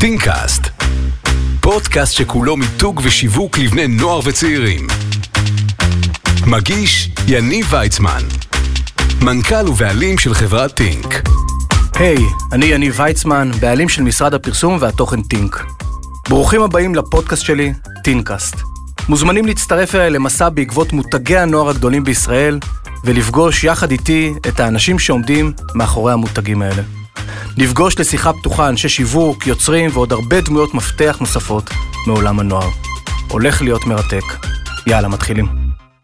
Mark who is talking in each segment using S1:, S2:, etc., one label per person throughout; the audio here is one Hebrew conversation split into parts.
S1: פינקאסט, פודקאסט שכולו מיתוג ושיווק לבני נוער וצעירים. מגיש יניב ויצמן, מנכ"ל ובעלים של חברת טינק.
S2: היי, hey, אני יניב ויצמן, בעלים של משרד הפרסום והתוכן טינק. ברוכים הבאים לפודקאסט שלי, טינקאסט. מוזמנים להצטרף אליי למסע בעקבות מותגי הנוער הגדולים בישראל, ולפגוש יחד איתי את האנשים שעומדים מאחורי המותגים האלה. נפגוש לשיחה פתוחה אנשי שיווק, יוצרים ועוד הרבה דמויות מפתח נוספות מעולם הנוער. הולך להיות מרתק. יאללה, מתחילים.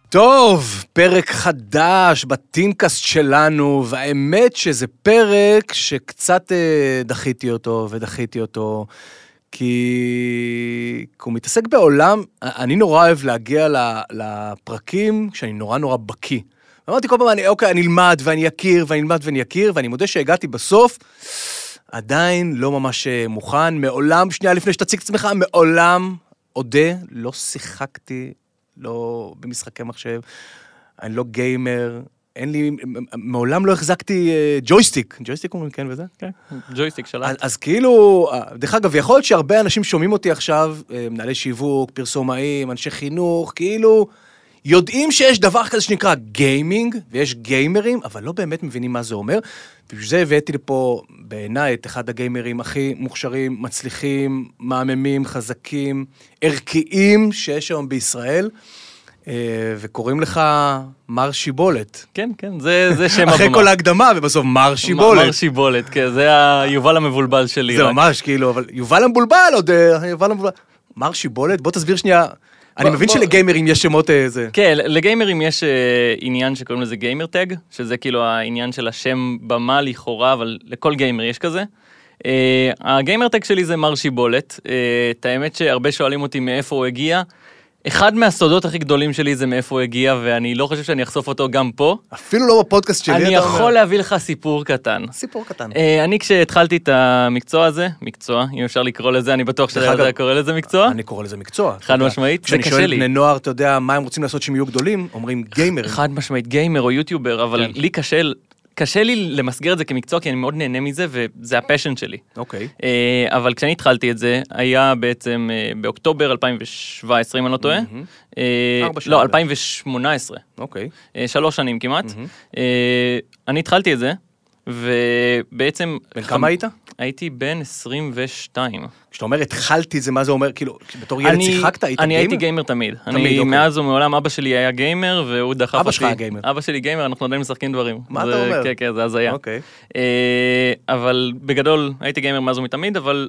S2: טוב, פרק חדש בטינקאסט שלנו, והאמת שזה פרק שקצת אה, דחיתי אותו ודחיתי אותו, כי... כי הוא מתעסק בעולם, אני נורא אוהב להגיע ל- לפרקים כשאני נורא נורא בקיא. אמרתי כל פעם, אני, אוקיי, אני אלמד ואני אכיר ואני אלמד ואני אכיר, ואני מודה שהגעתי בסוף, עדיין לא ממש אה, מוכן, מעולם, שנייה לפני שתציג את עצמך, מעולם, אודה, לא שיחקתי, לא במשחקי מחשב, אני לא גיימר, אין לי, מעולם לא החזקתי אה, ג'ויסטיק, ג'ויסטיק אומרים כן וזה? כן.
S3: ג'ויסטיק
S2: אז,
S3: שלט.
S2: אז כאילו, אה, דרך אגב, יכול להיות שהרבה אנשים שומעים אותי עכשיו, אה, מנהלי שיווק, פרסומאים, אנשי חינוך, כאילו, יודעים שיש דבר כזה שנקרא גיימינג, ויש גיימרים, אבל לא באמת מבינים מה זה אומר. ובשביל זה הבאתי לפה, בעיניי, את אחד הגיימרים הכי מוכשרים, מצליחים, מהממים, חזקים, ערכיים שיש היום בישראל, אה, וקוראים לך מר שיבולת.
S3: כן, כן, זה, זה שם הבמה.
S2: אחרי כל ההקדמה, ובסוף מר שיבולת.
S3: מר שיבולת, כן, זה היובל המבולבל שלי.
S2: זה
S3: רק.
S2: ממש כאילו, אבל יובל המבולבל עוד, אה, יובל המבולבל. מר שיבולת, בוא תסביר שנייה. אני מבין
S3: בוא-
S2: שלגיימרים יש שמות אה, איזה...
S3: כן, לגיימרים יש אה, עניין שקוראים לזה גיימר טג, שזה כאילו העניין של השם במה לכאורה, אבל לכל גיימר יש כזה. אה, הגיימר טג שלי זה מר שיבולת. אה, את האמת שהרבה שואלים אותי מאיפה הוא הגיע. אחד מהסודות הכי גדולים שלי זה מאיפה הוא הגיע, ואני לא חושב שאני אחשוף אותו גם פה.
S2: אפילו לא בפודקאסט שלי,
S3: אני
S2: אתה אומר.
S3: יכול להביא לך סיפור קטן.
S2: סיפור קטן.
S3: אה, אני כשהתחלתי את המקצוע הזה, מקצוע, אם אפשר לקרוא לזה, אני בטוח
S2: דרך
S3: שאתה
S2: אגב,
S3: יודע קורא לזה מקצוע.
S2: אני קורא לזה מקצוע. אתה
S3: חד
S2: יודע.
S3: משמעית, זה
S2: כשאני
S3: קשה
S2: שואל
S3: לי.
S2: בני נוער, אתה יודע, מה הם רוצים לעשות שהם יהיו גדולים, אומרים גיימרים.
S3: חד משמעית גיימר או יוטיובר, אבל
S2: כן.
S3: לי קשה, קשה לי למסגר את זה כמקצוע, כי אני מאוד נהנה מזה, וזה הפשן שלי.
S2: אוקיי.
S3: אה, אבל כשאני התחלתי את זה, היה בעצם אה, באוקטובר 2017, אם אני לא טועה. אה,
S2: ארבע שנים
S3: לא,
S2: בערך.
S3: 2018.
S2: אוקיי.
S3: אה, שלוש שנים כמעט. אה, אני התחלתי את זה, ובעצם...
S2: בן
S3: חמ-
S2: כמה היית?
S3: הייתי בן 22.
S2: כשאתה אומר התחלתי את זה, מה זה אומר? כאילו, בתור ילד
S3: אני-
S2: שיחקת, היית
S3: אני הייתי
S2: גיימר?
S3: גיימר תמיד.
S2: תמיד,
S3: אני
S2: אוקיי.
S3: מאז ומעולם אבא שלי היה גיימר, והוא דחף אותי.
S2: אבא שלך היה גיימר.
S3: אבא שלי גיימר, אנחנו עדיין משחקים דברים.
S2: מה אתה
S3: זה-
S2: אומר?
S3: כן, כן, זה הזיה.
S2: אוקיי.
S3: אה, אבל בגדול, הייתי גיימר מאז ומתמיד, אבל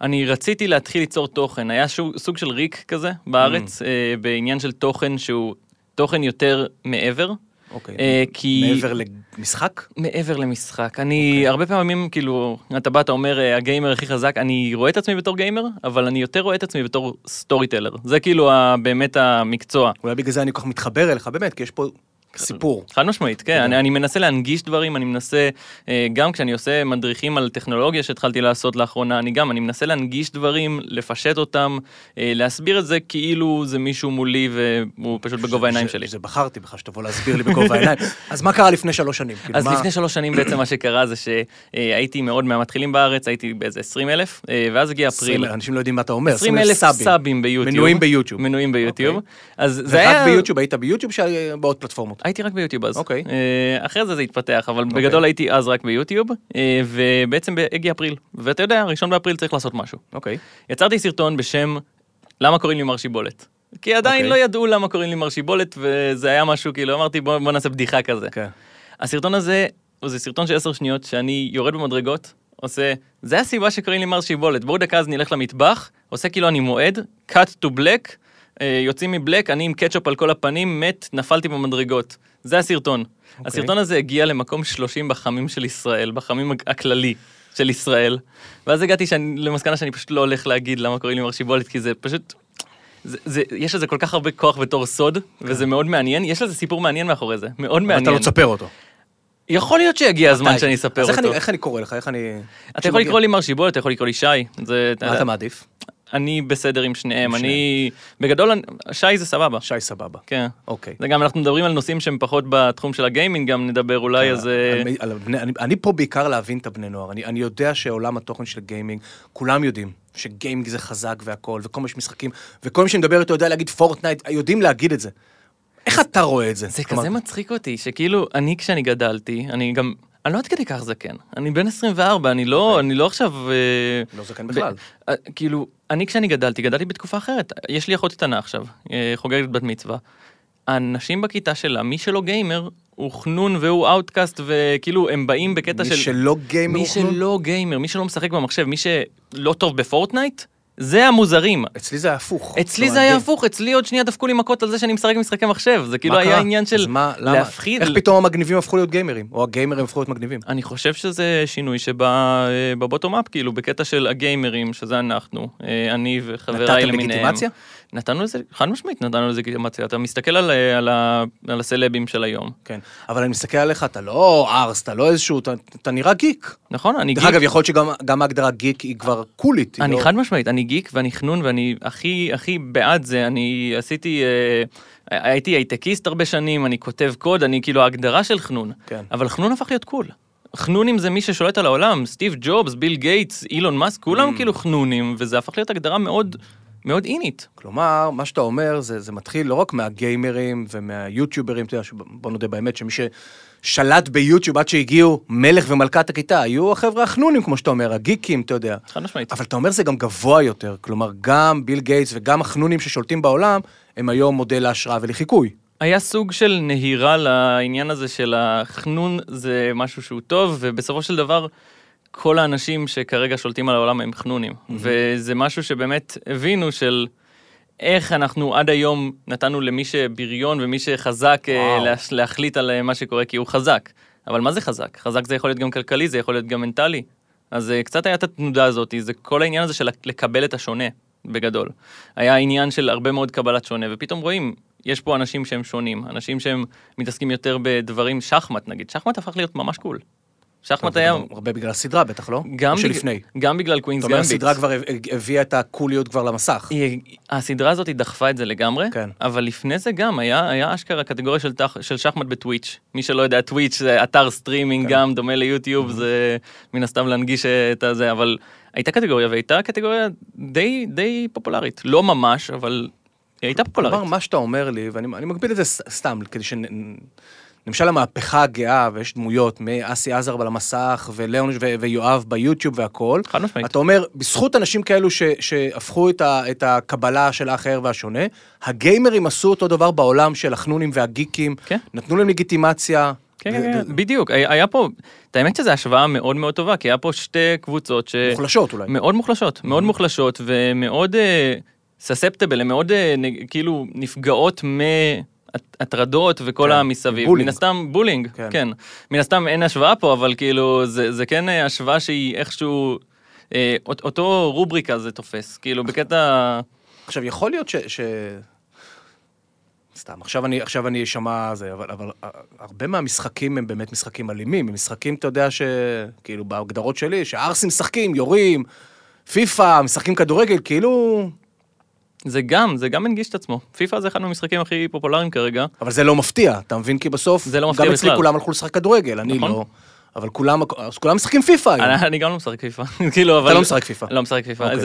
S3: אני רציתי להתחיל ליצור תוכן. היה שו- סוג של ריק כזה
S2: Mm.
S3: בארץ, אה, בעניין של תוכן שהוא תוכן יותר מעבר.
S2: אוקיי.
S3: אה, כי...
S2: מעבר למשחק?
S3: מעבר למשחק.
S2: אוקיי.
S3: אני okay. הרבה פעמים, כאילו, אתה בא, אתה אומר, "אה, הגיימר הכי חזק, אני רואה את עצמי בתור גיימר, אבל אני יותר רואה את עצמי בתור סטורי טלר. זה כאילו ה, באמת המקצוע.
S2: אולי בגלל זה אני כל כך מתחבר אליך, באמת, כי יש פה סיפור.
S3: חד משמעית, כן, אני, אני מנסה להנגיש דברים, אני מנסה, אה, גם כשאני עושה מדריכים על טכנולוגיה שהתחלתי לעשות לאחרונה, אני גם, אני מנסה להנגיש דברים, לפשט אותם, אה, להסביר את זה כאילו זה מישהו מולי והוא פשוט בגובה העיניים
S2: ש-
S3: שלי.
S2: שזה בחרתי בך שתבוא להסביר לי בגובה העיניים. אז מה קרה לפני שלוש שנים? כאילו,
S3: אז
S2: מה-
S3: לפני שלוש שנים בעצם מה שקרה זה שהייתי מאוד מהמתחילים בארץ, הייתי באיזה 20 אלף, אה, ואז הגיע אפריל.
S2: 20, אנשים לא יודעים מה אתה אומר.
S3: 20 אלף
S2: סאבים.
S3: סאבים ביוטיוב.
S2: מנויים ביוטיוב.
S3: מנויים ביוטיוב. אז זה
S2: זה
S3: היה...
S2: רק ביוטיוב, היית ביוטיוב שהיה בעוד פלטפורמות.
S3: הייתי רק ביוטיוב אז.
S2: אוקיי.
S3: אה, אחרי זה זה התפתח, אבל בגדול הייתי אז רק ביוטיוב, אה, ובעצם ב- הגיע אפריל. ואתה יודע, ראשון באפריל צריך לעשות משהו.
S2: אוקיי.
S3: יצרתי סרטון בשם למה קוראים לי מר שיבולת. כי עדיין
S2: אוקיי.
S3: לא ידעו למה קוראים לי מר שיבולת, וזה היה משהו, כאילו, אמרתי בוא בוא נעשה בדיחה כזה.
S2: כן.
S3: הסרטון הזה, הוא- זה סרטון של עשר שניות, שאני יורד במדרגות, עושה, זה הסיבה שקוראים לי מר שיבולת, בואו דקה אז נלך למטבח, עושה כאילו אני מועד, cut to black, אה, יוצאים מבלק, אני עם קטשופ על כל הפנים, מת, נפלתי במדרגות. זה הסרטון.
S2: אוקיי.
S3: Okay. הסרטון הזה הגיע למקום 30 בחמים של ישראל, בחמים הג- הכללי של ישראל, ואז הגעתי שאני, למסקנה שאני פשוט לא הולך להגיד למה קוראים לי מר שיבולת, כי זה פשוט... זה, זה, יש לזה כל כך הרבה כוח בתור סוד, וזה מאוד מעניין, יש לזה סיפור מעניין מאחורי זה, מאוד מעניין.
S2: כן. אתה לא תספר אותו.
S3: יכול להיות שהגיע הזמן שאני אספר
S2: אז איך
S3: אותו.
S2: אני- איך אני קורא לך? איך אני...
S3: אתה יכול לקרוא לי מר שיבולת, אתה יכול לקרוא לי שי. זה-
S2: מה אתה מעדיף?
S3: אני בסדר עם שניהם.
S2: עם
S3: אני... בגדול, אני- שי זה סבבה.
S2: שי סבבה.
S3: כן.
S2: אוקיי.
S3: זה גם, אנחנו מדברים על נושאים שהם פחות בתחום של הגיימינג, גם נדבר אולי, אז... אה,
S2: כן, על מי- על הבני- אני- אני פה בעיקר להבין את הבני נוער. אני- אני יודע שעולם התוכן של גיימינג, כולם יודעים שגיימינג זה חזק והכל, וכל מה שמשחקים, וכל מי שמדבר איתו יודע להגיד פורטנייט, יודעים להגיד את זה. איך אתה רואה את זה?
S3: זה
S2: כלומר,
S3: כזה מצחיק אותי, שכאילו, אני כשאני גדלתי, אני גם, אני לא עד כדי כך זקן, אני בן 24, אני לא, אני לא עכשיו... אה,
S2: אוקיי. לא זקן
S3: ב-
S2: בכלל.
S3: אה, כאילו, אני כשאני גדלתי, גדלתי בתקופה אחרת. יש לי אחות קטנה עכשיו, אה, חוגגת בת מצווה. האנשים בכיתה שלה, מי שלא גיימר, הוא חנון והוא אאוטקאסט, וכאילו, הם באים בקטע
S2: מי
S3: של...
S2: שלא גיימר
S3: מי
S2: הוא לא- חנון?
S3: שלא גיימר, מי שלא משחק במחשב, מי שלא טוב בפורטנייט, זה המוזרים.
S2: אצלי זה היה הפוך.
S3: אצלי
S2: לא,
S3: זה היה
S2: אני-
S3: הפוך, אצלי עוד שנייה דפקו לי מכות על זה שאני משחק משחקי מחשב, זה כאילו
S2: מה
S3: היה
S2: קרה?
S3: עניין
S2: אז
S3: של
S2: מה, למה?
S3: להפחיד.
S2: איך פתאום המגניבים הפכו להיות גיימרים? או הגיימרים הפכו להיות מגניבים?
S3: אני חושב שזה שינוי שבא אה, בבוטום אפ, כאילו, בקטע של הגיימרים, שזה אנחנו, אה, אני וחבריי
S2: נתתם
S3: למיניהם.
S2: לגיטימציה?
S3: נתנו לזה, חד משמעית נתנו לזה לגיטימציה. אתה מסתכל על, אה, על, ה- על הסלבים של היום.
S2: כן. אבל אני מסתכל עליך, אתה לא ארס, אתה לא איזשהו, אתה- אתה נראה גיק.
S3: נכון? אני
S2: דרך אגב, יכול להיות שגם גם ההגדרה גיק היא כבר קולית. היא
S3: אני
S2: לא-
S3: חד משמעית, אני גיק ואני חנון ואני הכי הכי בעד זה, אני עשיתי, אה, הייתי הייטקיסט הרבה שנים, אני כותב קוד, אני כאילו ההגדרה של חנון,
S2: כן.
S3: אבל חנון הפך להיות קול. חנונים זה מי ששולט על העולם, סטיב ג'ובס, ביל גייטס, אילון מאסק,
S2: Mm.
S3: כולם כאילו חנונים, וזה הפך להיות הגדרה מאוד מאוד אינית.
S2: כלומר, מה שאתה אומר, זה, זה מתחיל לא רק מהגיימרים ומהיוטיוברים, אתה יודע, שב- בוא נודה באמת, שמי ששלט ביוטיוב עד שהגיעו מלך ומלכת הכיתה, היו החבר'ה החנונים, כמו שאתה אומר, הגיקים, אתה יודע.
S3: חד משמעית.
S2: אבל אתה אומר זה גם גבוה יותר, כלומר, גם ביל גייטס וגם החנונים ששולטים בעולם, הם היום מודל להשראה ולחיקוי.
S3: היה סוג של נהירה לעניין הזה של החנון זה משהו שהוא טוב, ובסופו של דבר כל האנשים שכרגע שולטים על העולם הם חנונים. וזה משהו שבאמת הבינו של איך אנחנו עד היום נתנו למי שבריון ומי שחזק אה,
S2: וואו.
S3: להש- להחליט על אה, מה שקורה כי הוא חזק. אבל מה זה חזק? חזק זה יכול להיות גם כלכלי, זה יכול להיות גם מנטלי. אז אה, קצת היה את התנודה הזאת, זה כל העניין הזה של לקבל את השונה, בגדול. היה עניין של הרבה מאוד קבלת שונה, ופתאום רואים, יש פה אנשים שהם שונים, אנשים שהם מתעסקים יותר בדברים, שחמט נגיד, שחמט הפך להיות ממש קול. שחמט היה...
S2: הרבה בגלל הסדרה, בטח לא?
S3: גם
S2: או
S3: בג-
S2: שלפני.
S3: גם בגלל
S2: אתה
S3: קווינס
S2: אומר,
S3: גמביט.
S2: הסדרה כבר הב- הביאה את הקוליות כבר למסך.
S3: היא- הסדרה הזאת היא דחפה את זה לגמרי,
S2: כן.
S3: אבל לפני זה גם היה, היה אשכרה קטגוריה של, תח, של שחמט בטוויץ'. מי שלא יודע, טוויץ' זה אתר סטרימינג
S2: כן.
S3: גם, דומה
S2: Mm-hmm.
S3: ליוטיוב, זה מן הסתם להנגיש את הזה, אבל הייתה קטגוריה והייתה קטגוריה די, די פופולרית. לא ממש, אבל היא הייתה
S2: כלומר,
S3: פופולרית.
S2: מה שאתה אומר לי, ואני אני מגביל את זה ס- סתם, כדי ש... למשל המהפכה הגאה, ויש דמויות מאסי עזר על המסך, ולאון ו- ויואב ביוטיוב והכל.
S3: חד משמעית.
S2: אתה אומר, בזכות אנשים כאלו ש- שהפכו את, ה- את הקבלה של האחר והשונה, הגיימרים עשו אותו דבר בעולם של החנונים והגיקים,
S3: כן.
S2: נתנו להם לגיטימציה.
S3: כן,
S2: ו-
S3: כן,
S2: ו-
S3: כן, בדיוק. היה היה פה, את האמת שזו השוואה מאוד מאוד טובה, כי היה פה שתי קבוצות ש...
S2: מוחלשות אולי.
S3: מאוד מוחלשות,
S2: Mm-hmm.
S3: מאוד מוחלשות ומאוד סספטבל, הן מאוד אה, נ- כאילו נפגעות מהטרדות וכל
S2: כן,
S3: המסביב.
S2: בולינג.
S3: מן הסתם בולינג,
S2: כן.
S3: כן. מן הסתם אין השוואה פה, אבל כאילו זה זה כן אה, השוואה שהיא איכשהו, אה, אות- אותו רובריקה זה תופס, כאילו בקטע...
S2: עכשיו, יכול להיות ש... ש... סתם, עכשיו אני, עכשיו אני אשמע זה, אבל, אבל אה, הרבה מהמשחקים הם באמת משחקים אלימים. הם משחקים, אתה יודע, ש... כאילו, בהגדרות שלי, שהערסים משחקים, יורים, פיפא, משחקים כדורגל, כאילו...
S3: זה גם, זה גם הנגיש את עצמו. פיפא זה אחד מהמשחקים הכי פופולריים כרגע.
S2: אבל זה לא מפתיע, אתה מבין? כי בסוף,
S3: זה לא
S2: גם
S3: מפתיע
S2: אצלי
S3: בכלל.
S2: כולם הלכו לשחק כדורגל, אני
S3: נכון.
S2: לא. אבל כולם, אז כולם משחקים פיפא היום.
S3: אני, אני גם לא משחק פיפא, כאילו, אבל...
S2: כן. לא משחק פיפא.
S3: לא משחק פיפא.
S2: אוקיי.
S3: אז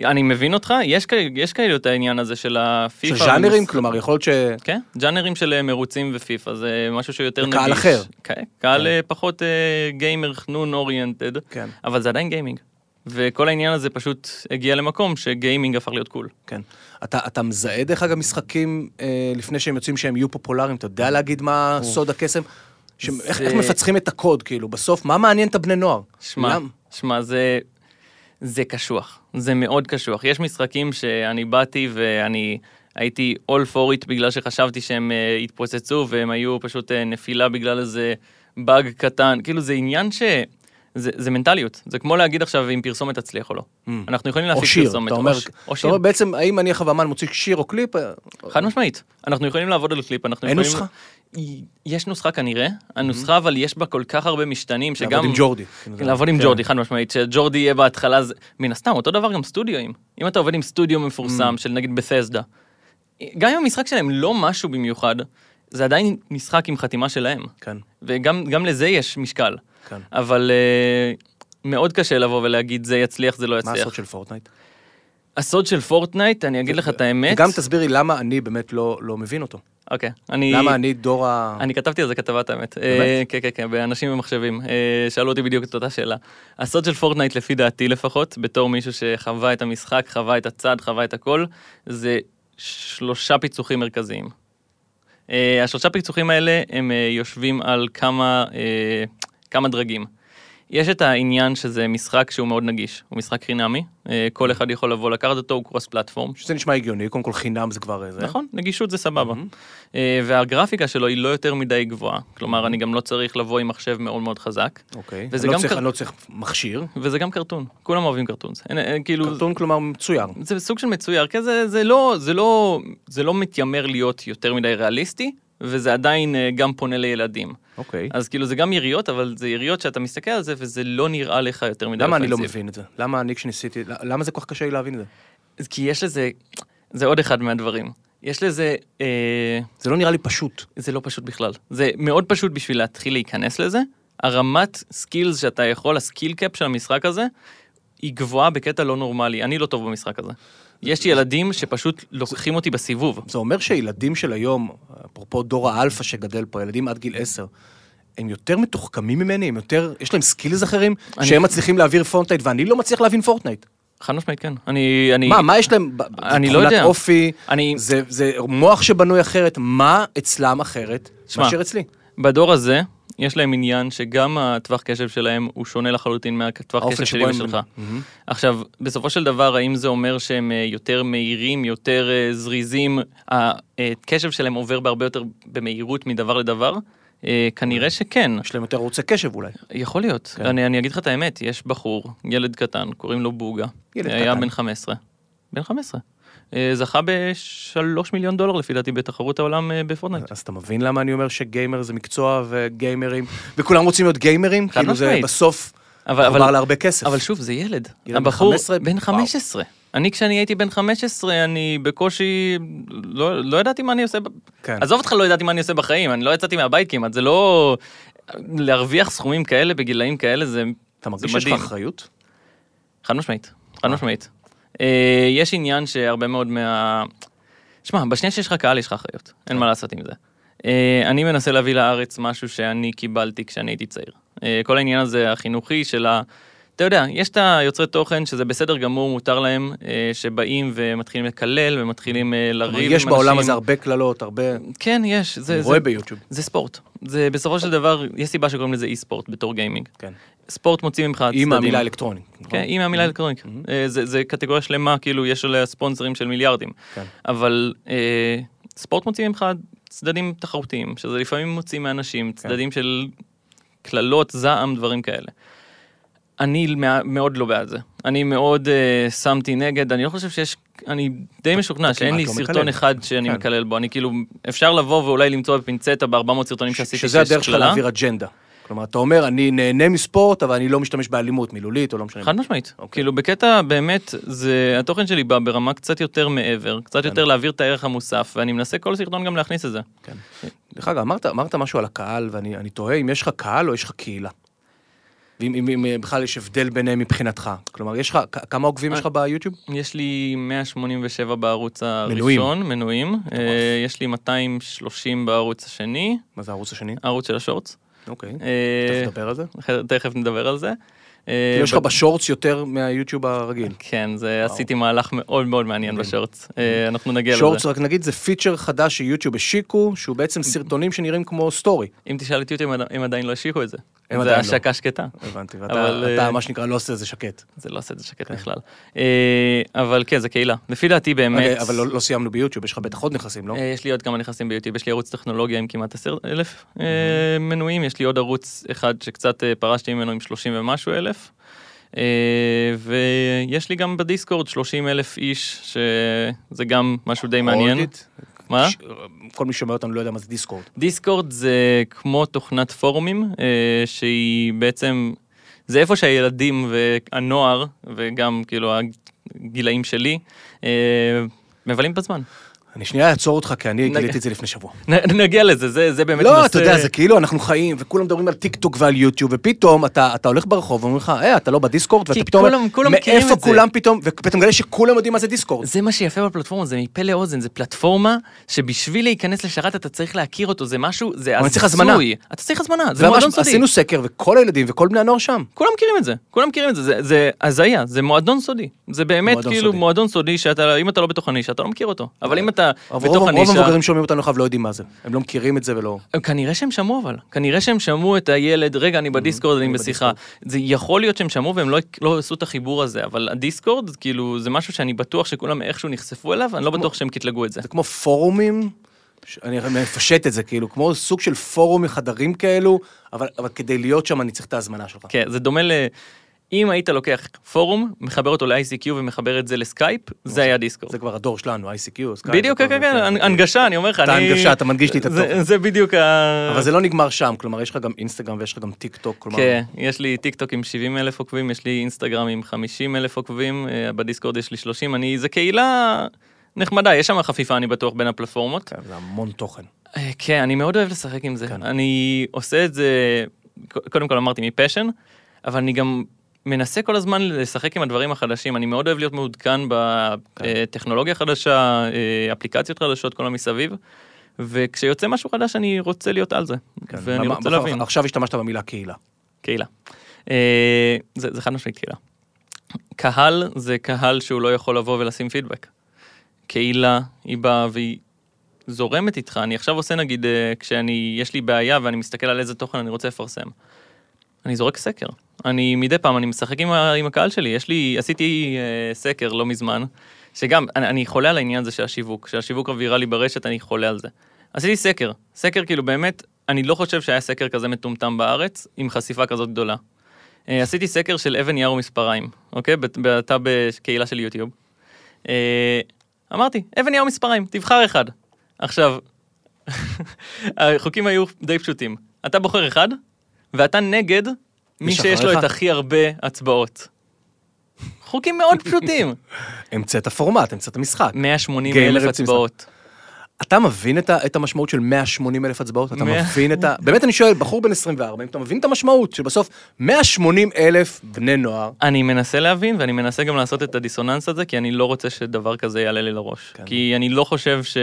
S3: אה, אני מבין אותך, יש, כאלה- יש כאילו את העניין הזה של הפיפא.
S2: של ז'אנרים,
S3: ומס-
S2: כלומר, יכול להיות ש...
S3: כן, ג'אנרים של אה, מרוצים ופיפא, זה משהו שיותר
S2: וקהל אחר.
S3: כן, קהל אה, פחות אה, גיימר חנון אוריינטד,
S2: כן.
S3: אבל זה עדיין גיימינג. וכל העניין הזה פשוט הגיע למקום שגיימינג הפך להיות קול.
S2: כן. אתה, אתה מזהה דרך אגב משחקים אה, לפני שהם יוצאים שהם יהיו פופולריים, אתה יודע להגיד מה סוד הקסם? ש...
S3: זה-
S2: איך, איך מפצחים את הקוד, כאילו, בסוף, מה מעניין את הבני נוער?
S3: שמע,
S2: למ-
S3: שמע, זה... זה קשוח, זה מאוד קשוח. יש משחקים שאני באתי ואני הייתי all for it בגלל שחשבתי שהם uh, התפוצצו והם היו פשוט uh, נפילה בגלל איזה באג קטן. כאילו זה עניין ש... זה, זה מנטליות, זה כמו להגיד עכשיו אם פרסומת תצליח או לא. Mm. אנחנו יכולים
S2: או
S3: להפיק
S2: שיר,
S3: פרסומת.
S2: אתה אומר,
S3: ש- או
S2: אתה
S3: שיר,
S2: אומר בעצם, האם אני איך הבמן מוציא שיר או קליפ? אה,
S3: חד משמעית. אנחנו יכולים לעבוד על קליפ, אנחנו
S2: אין
S3: יכולים...
S2: נוסחה? Mm-hmm.
S3: יש נוסחה כנראה, הנוסחה אבל יש בה כל כך הרבה משתנים שגם...
S2: לעבוד עם ג'ורדי.
S3: לעבוד עם
S2: כן.
S3: ג'ורדי, חד משמעית, שג'ורדי יהיה בהתחלה, זה- מן הסתם, אותו דבר גם סטודיואים. אם אתה עובד עם סטודיו
S2: Mm.
S3: מפורסם של נגיד בתסדה, גם אם המשחק שלהם לא משהו במיוחד, זה עדיין משחק עם חתימה שלהם.
S2: כן.
S3: וגם גם לזה יש משקל.
S2: כן.
S3: אבל אה, מאוד קשה לבוא ולהגיד זה יצליח, זה לא
S2: מה הסוד
S3: יצליח.
S2: של פורטנייט?
S3: הסוד של פורטנייט, אני אגיד לך את האמת.
S2: וגם תסבירי למה אני באמת לא לא מבין אותו.
S3: אוקיי. אני...
S2: למה אני דור ה...
S3: אני כתבתי על זה כתבת האמת. אה, כן, כן, כן, באנשים ומחשבים. אה, שאלו אותי בדיוק את אותה שאלה. הסוד של פורטנייט, לפי דעתי לפחות, בתור מישהו שחווה את המשחק, חווה את הצד, חווה את הכל, זה שלושה פיצוחים מרכזיים. אה, השלושה פיצוחים האלה, הם אה, יושבים על כמה, אה, כמה דרגים. יש את העניין שזה משחק שהוא מאוד נגיש, הוא משחק חינמי, אה, כל אחד יכול לבוא לקחת אותו, הוא קרוס פלטפורם,
S2: שזה נשמע הגיוני, קודם כל חינם זה כבר איזה.
S3: נכון, נגישות זה סבבה. אה, והגרפיקה שלו היא לא יותר מדי גבוהה, כלומר אני גם לא צריך לבוא עם מחשב מאוד מאוד חזק,
S2: אוקיי.
S3: וזה
S2: אני לא
S3: גם
S2: צריך-
S3: קר-
S2: אני לא צריך מכשיר.
S3: וזה גם קרטון, כולם אוהבים קרטונס, אין, אין, כאילו נכון.
S2: קרטון כלומר מצויר.
S3: זה סוג של מצויר, כי זה, זה, לא, זה, לא, זה לא מתיימר להיות יותר מדי ריאליסטי, וזה עדיין אה, גם פונה לילדים.
S2: אוקיי.
S3: אז כאילו זה גם יריות, אבל זה יריות שאתה מסתכל על זה וזה לא נראה לך יותר מדי
S2: למה אני לא
S3: אופנסיבי.
S2: מבין את זה? למה אני כשניסיתי, למה זה כל כך קשה לי להבין את זה?
S3: אז כי יש לזה, זה עוד אחד מהדברים. יש לזה, אה,
S2: זה לא נראה לי פשוט.
S3: זה לא פשוט בכלל. זה מאוד פשוט בשביל להתחיל להיכנס לזה. הרמת סקילס שאתה יכול, הסקיל קאפ של המשחק הזה, היא גבוהה בקטע לא נורמלי. אני לא טוב במשחק הזה. יש ילדים שפשוט לוקחים אותי בסיבוב.
S2: זה אומר שילדים של היום, אפרופו דור האלפא שגדל פה, ילדים עד גיל 10, הם יותר מתוחכמים ממני, הם יותר, יש להם סקילס אחרים,
S3: אני-
S2: שהם מצליחים להעביר פורטנייט, ואני לא מצליח להבין פורטנייט.
S3: חד משמעית כן. אני... אני
S2: מה, מה יש להם? ב- ב-
S3: אני
S2: זה
S3: לא
S2: תכונת
S3: יודע.
S2: אופי,
S3: אני-
S2: זה, זה מוח שבנוי אחרת, מה אצלם אחרת
S3: שמע,
S2: מאשר אצלי?
S3: בדור הזה, יש להם עניין שגם הטווח קשב שלהם הוא שונה לחלוטין מהטווח
S2: האופן
S3: קשב
S2: שבו
S3: שלי
S2: הם-
S3: ושלך.
S2: מהמם.
S3: עכשיו, בסופו של דבר, האם זה אומר שהם אה, יותר מהירים, יותר אה, זריזים, הקשב שלהם עובר בהרבה יותר במהירות מדבר לדבר? אה, כנראה שכן,
S2: יש להם יותר ערוצי קשב אולי.
S3: יכול להיות.
S2: כן.
S3: אני אני אגיד לך את האמת, יש בחור, ילד קטן, קוראים לו בוגה. אה,
S2: ילד
S3: היה
S2: קטן.
S3: בן 15. בן 15. אה, זכה בשלוש מיליון דולר לפי דעתי בתחרות העולם אה, בפורטנייט.
S2: אז אתה מבין למה אני אומר שגיימר זה מקצוע וגיימרים, וכולם רוצים להיות גיימרים? כאילו זה
S3: משמעית.
S2: בסוף
S3: אבל-
S2: חובר
S3: אבל-
S2: להרבה כסף.
S3: אבל שוב, זה ילד.
S2: ילד בן
S3: הבחור
S2: 15?
S3: בן
S2: וואו.
S3: 15. אני כשאני הייתי בן 15, אני בקושי, לא לא ידעתי מה אני עושה. ב-
S2: כן.
S3: עזוב אותך, לא ידעתי מה אני עושה בחיים, אני לא יצאתי מהבית כמעט, זה לא... להרוויח סכומים כאלה בגילאים כאלה זה
S2: אתה
S3: זה
S2: מרגיש שיש לך
S3: מדהים.
S2: אחריות?
S3: חד משמעית, חד משמעית. אה, יש עניין שהרבה מאוד מה... שמע, בשנייה שיש לך קהל יש לך אחריות,
S2: כן.
S3: אין מה לעשות עם זה. אה, אני מנסה להביא לארץ משהו שאני קיבלתי כשאני הייתי צעיר. אה, כל העניין הזה החינוכי של ה... אתה יודע, יש את היוצרי תוכן שזה בסדר גמור, מותר להם, אה, שבאים ומתחילים לקלל ומתחילים אה, לריב עם
S2: אבל
S3: אנשים.
S2: יש בעולם הזה הרבה קללות, הרבה...
S3: כן, יש. זה,
S2: אני
S3: זה-
S2: רואה ביוטיוב.
S3: זה ספורט. זה בסופו של דבר, יש סיבה שקוראים לזה אי-ספורט בתור גיימינג.
S2: כן.
S3: ספורט מוציא ממך צדדים.
S2: עם המילה אלקטרונית.
S3: כן, היא מהמילה
S2: Mm-hmm.
S3: אלקטרונית. אה, זה זה קטגוריה שלמה, כאילו, יש עליה ספונסרים של מיליארדים.
S2: כן.
S3: אבל אה, ספורט מוציא ממך צדדים תחרותיים, שזה לפעמים מוציא מאנשים,
S2: כן.
S3: צדדים של קללות, זעם, דברים כאלה. אני מא- מאוד לא בעד זה. אני מאוד אה, שמתי נגד, אני לא חושב שיש, אני די משוכנע שאין לי
S2: לא
S3: סרטון
S2: מקלל.
S3: אחד שאני
S2: כן.
S3: מקלל בו. אני כאילו, אפשר לבוא ואולי למצוא בפינצטה ב-400 סרטונים שעשיתי
S2: שזה
S3: שיש
S2: הדרך שלך
S3: קללה.
S2: להעביר אג'נדה. כלומר, אתה אומר, אני נהנה מספורט, אבל אני לא משתמש באלימות מילולית, או לא משנה.
S3: חד משמעית. כאילו בקטע באמת, זה, התוכן שלי בא ברמה קצת יותר מעבר, קצת יותר להעביר את הערך המוסף, ואני מנסה כל סרטון גם להכניס את זה.
S2: כן. דרך אגב, אמרת- אמרת משהו על הקהל, ואני אני תוהה אם יש לך קהל או יש לך קהילה. ואם אם- אם, אה, בכלל יש הבדל ביניהם מבחינתך. כלומר, יש לך, כ- כמה עוקבים יש לך ביוטיוב?
S3: יש לי 187 בערוץ
S2: מנויים.
S3: הראשון, מנויים, אה, יש לי 230 בערוץ השני,
S2: מה זה הערוץ השני?
S3: הערוץ של השורטס,
S2: אוקיי.
S3: אה,
S2: תכף נדבר על זה.
S3: ח- תכף נדבר על זה. אה,
S2: יש לך
S3: ב-
S2: בשורטס יותר מהיוטיוב הרגיל.
S3: כן, זה עשיתי מהלך מאוד מאוד מעניין בשורטס, אה, אנחנו נגיע לזה.
S2: שורטס, רק נגיד, זה פיצ'ר חדש שיוטיוב השיקו, שהוא בעצם סרטונים שנראים כמו סטורי.
S3: אם תשאל אותי אותם, הם עדיין לא השיקו את זה.
S2: הם
S3: זה
S2: עדיין לא.
S3: השקה שקטה.
S2: הבנתי,
S3: אבל,
S2: ואתה אתה,
S3: אה,
S2: מה שנקרא לא עושה את זה שקט.
S3: זה לא עושה את זה
S2: כן.
S3: שקט בכלל. אה, אבל כן, זה קהילה. לפי דעתי באמת,
S2: רגע, אבל לא לא סיימנו ביוטיוב, יש לך בטח עוד נכסים, לא?
S3: אה, יש לי עוד כמה נכסים ביוטיוב, יש לי ערוץ טכנולוגיה עם כמעט עשר אלף אה, מנויים, יש לי עוד ערוץ אחד שקצת אה, פרשתי ממנו עם 30 ומשהו אלף. אה, ויש לי גם בדיסקורד 30 אלף איש, שזה גם משהו די מעניין.
S2: הולדית?
S3: מה?
S2: ש- כל מי שומע אותנו לא יודע מה זה דיסקורד.
S3: דיסקורד זה כמו תוכנת פורומים, אה, שהיא בעצם, זה איפה שהילדים והנוער, וגם כאילו הגילאים שלי, אה, מבלים את הזמן.
S2: אני שנייה אעצור אותך, כי אני
S3: נ-
S2: גיליתי את זה לפני שבוע.
S3: נ- נגיע לזה, זה, זה באמת נושא...
S2: לא, אתה יודע, זה כאילו, אנחנו חיים, וכולם מדברים על טיק טוק ועל יוטיוב, ופתאום אתה אתה הולך ברחוב ואומרים לך, אה, אתה לא בדיסקורד, ואתה
S3: כי
S2: פתאום,
S3: כולם- כולם מכירים
S2: מאיפה
S3: את זה."
S2: כולם פתאום, ואתה מגלה שכולם יודעים מה זה דיסקורד.
S3: זה מה שיפה בפלטפורמה, זה מפה לאוזן, זה פלטפורמה שבשביל להיכנס לשרת אתה צריך להכיר אותו, זה משהו, זה
S2: אבל צריך הזמנה.
S3: אתה צריך הזמנה, זה
S2: וממש
S3: מועדון סודי.
S2: עשינו סקר, וכל הילדים וכל בני הנוער שם.
S3: כולם מכירים את זה, כולם מכירים את זה, זה- זה הזיה, זה מועדון סודי. זה באמת
S2: מועדון
S3: כאילו
S2: סודי.
S3: מועדון סודי שאתה, אם אתה לא בתוך הנישה, אתה לא מכיר אותו. אבל אם אתה
S2: אבל
S3: בתוך
S2: רוב רוב
S3: הנישה...
S2: המבוגרים שומעים אותנו עכשיו לא יודעים מה זה. הם לא מכירים את זה ולא...
S3: כנראה שהם שמעו אבל, כנראה שהם שמעו את הילד, רגע
S2: Mm-hmm.
S3: אני בדיסקורד, אני בשיחה. זה יכול להיות שהם שמעו והם לא- לא עשו את החיבור הזה, אבל הדיסקורד, כאילו, זה משהו שאני בטוח שכולם איכשהו נחשפו אליו, אני לא בטוח שהם קטלגו את זה.
S2: זה כמו פורומים, ש- אני מפשט את זה, כאילו, כמו סוג של פורום חדרים כאלו, אבל אבל כדי להיות שם אני צריך את ההזמנה שלך.
S3: כן, זה דומה ל... אם היית לוקח פורום, מחבר אותו ל-ICQ ומחבר את זה לסקייפ, זה היה דיסקורד.
S2: אוקיי. זה כבר הדור שלנו, ICQ. אז כאן,
S3: בדיוק, כן,
S2: וכל
S3: כן,
S2: זה,
S3: כן, הנ- הנגשה, אני אומר לך,
S2: אתה
S3: אני...
S2: הנגשה, אתה מנגיש לי את
S3: זה-
S2: התוכן.
S3: זה בדיוק ה...
S2: אבל זה לא נגמר שם, כלומר, יש לך גם אינסטגרם ויש לך גם טיק טוק, כלומר...
S3: כן, יש לי טיק טוק עם 70 אלף עוקבים, יש לי אינסטגרם עם 50 אלף עוקבים, אה, בדיסקורד יש לי 30, אני, זה קהילה נחמדה, יש שם חפיפה אני בטוח בין הפלטפורמות.
S2: כן, זה המון תוכן.
S3: אה, כן, אני מאוד אוהב לשחק עם
S2: כן.
S3: זה. אני עושה את זה, ק- קודם כל אמרתי מפשן, אבל אני גם מנסה כל הזמן לשחק עם הדברים החדשים. אני מאוד אוהב להיות מעודכן
S2: כן.
S3: בטכנולוגיה חדשה, אה, אפליקציות חדשות, כל המסביב. וכשיוצא משהו חדש אני רוצה להיות על זה,
S2: כן,
S3: ואני
S2: מה-
S3: רוצה
S2: מה-
S3: להבין,
S2: עכשיו השתמשת במילה קהילה.
S3: קהילה. אה, זה זה חד משמעית קהילה. קהל זה קהל שהוא לא יכול לבוא ולשים פידבק. קהילה היא באה והיא זורמת איתך. אני עכשיו עושה נגיד, אה, כשאני, יש לי בעיה ואני מסתכל על איזה תוכן אני רוצה לפרסם. אני זורק סקר. אני מדי פעם, אני משחק עם, ה, עם הקהל שלי. יש לי, עשיתי אה, סקר לא מזמן, שגם, אני, אני חולה על העניין הזה של השיווק, של השיווק הוויראלי ברשת, אני חולה על זה. עשיתי סקר, סקר כאילו באמת, אני לא חושב שהיה סקר כזה מטומטם בארץ, עם חשיפה כזאת גדולה. אה, עשיתי סקר של אבן נייר ומספריים, אוקיי? בת- בתא בקהילה של יוטיוב. אה, אמרתי, אבן נייר ומספריים, תבחר אחד. עכשיו, החוקים היו די פשוטים. אתה בוחר אחד, ואתה נגד מי שיש לו
S2: שאחריך?
S3: את הכי הרבה הצבעות. חוקים מאוד פשוטים.
S2: המצאת פורמט, המצאת משחק.
S3: 180
S2: גיימר
S3: אלף
S2: רצים
S3: הצבעות.
S2: אתה מבין את ה- את המשמעות של 180 אלף הצבעות? אתה
S3: מאה-
S2: מבין את ה... באמת, אני שואל, בחור בן 24, אם אתה מבין את המשמעות שבסוף 180 אלף בני נוער
S3: אני מנסה להבין, ואני מנסה גם לעשות את הדיסוננס הזה, כי אני לא רוצה שדבר כזה יעלה לי לראש.
S2: כן.
S3: כי אני לא חושב ש...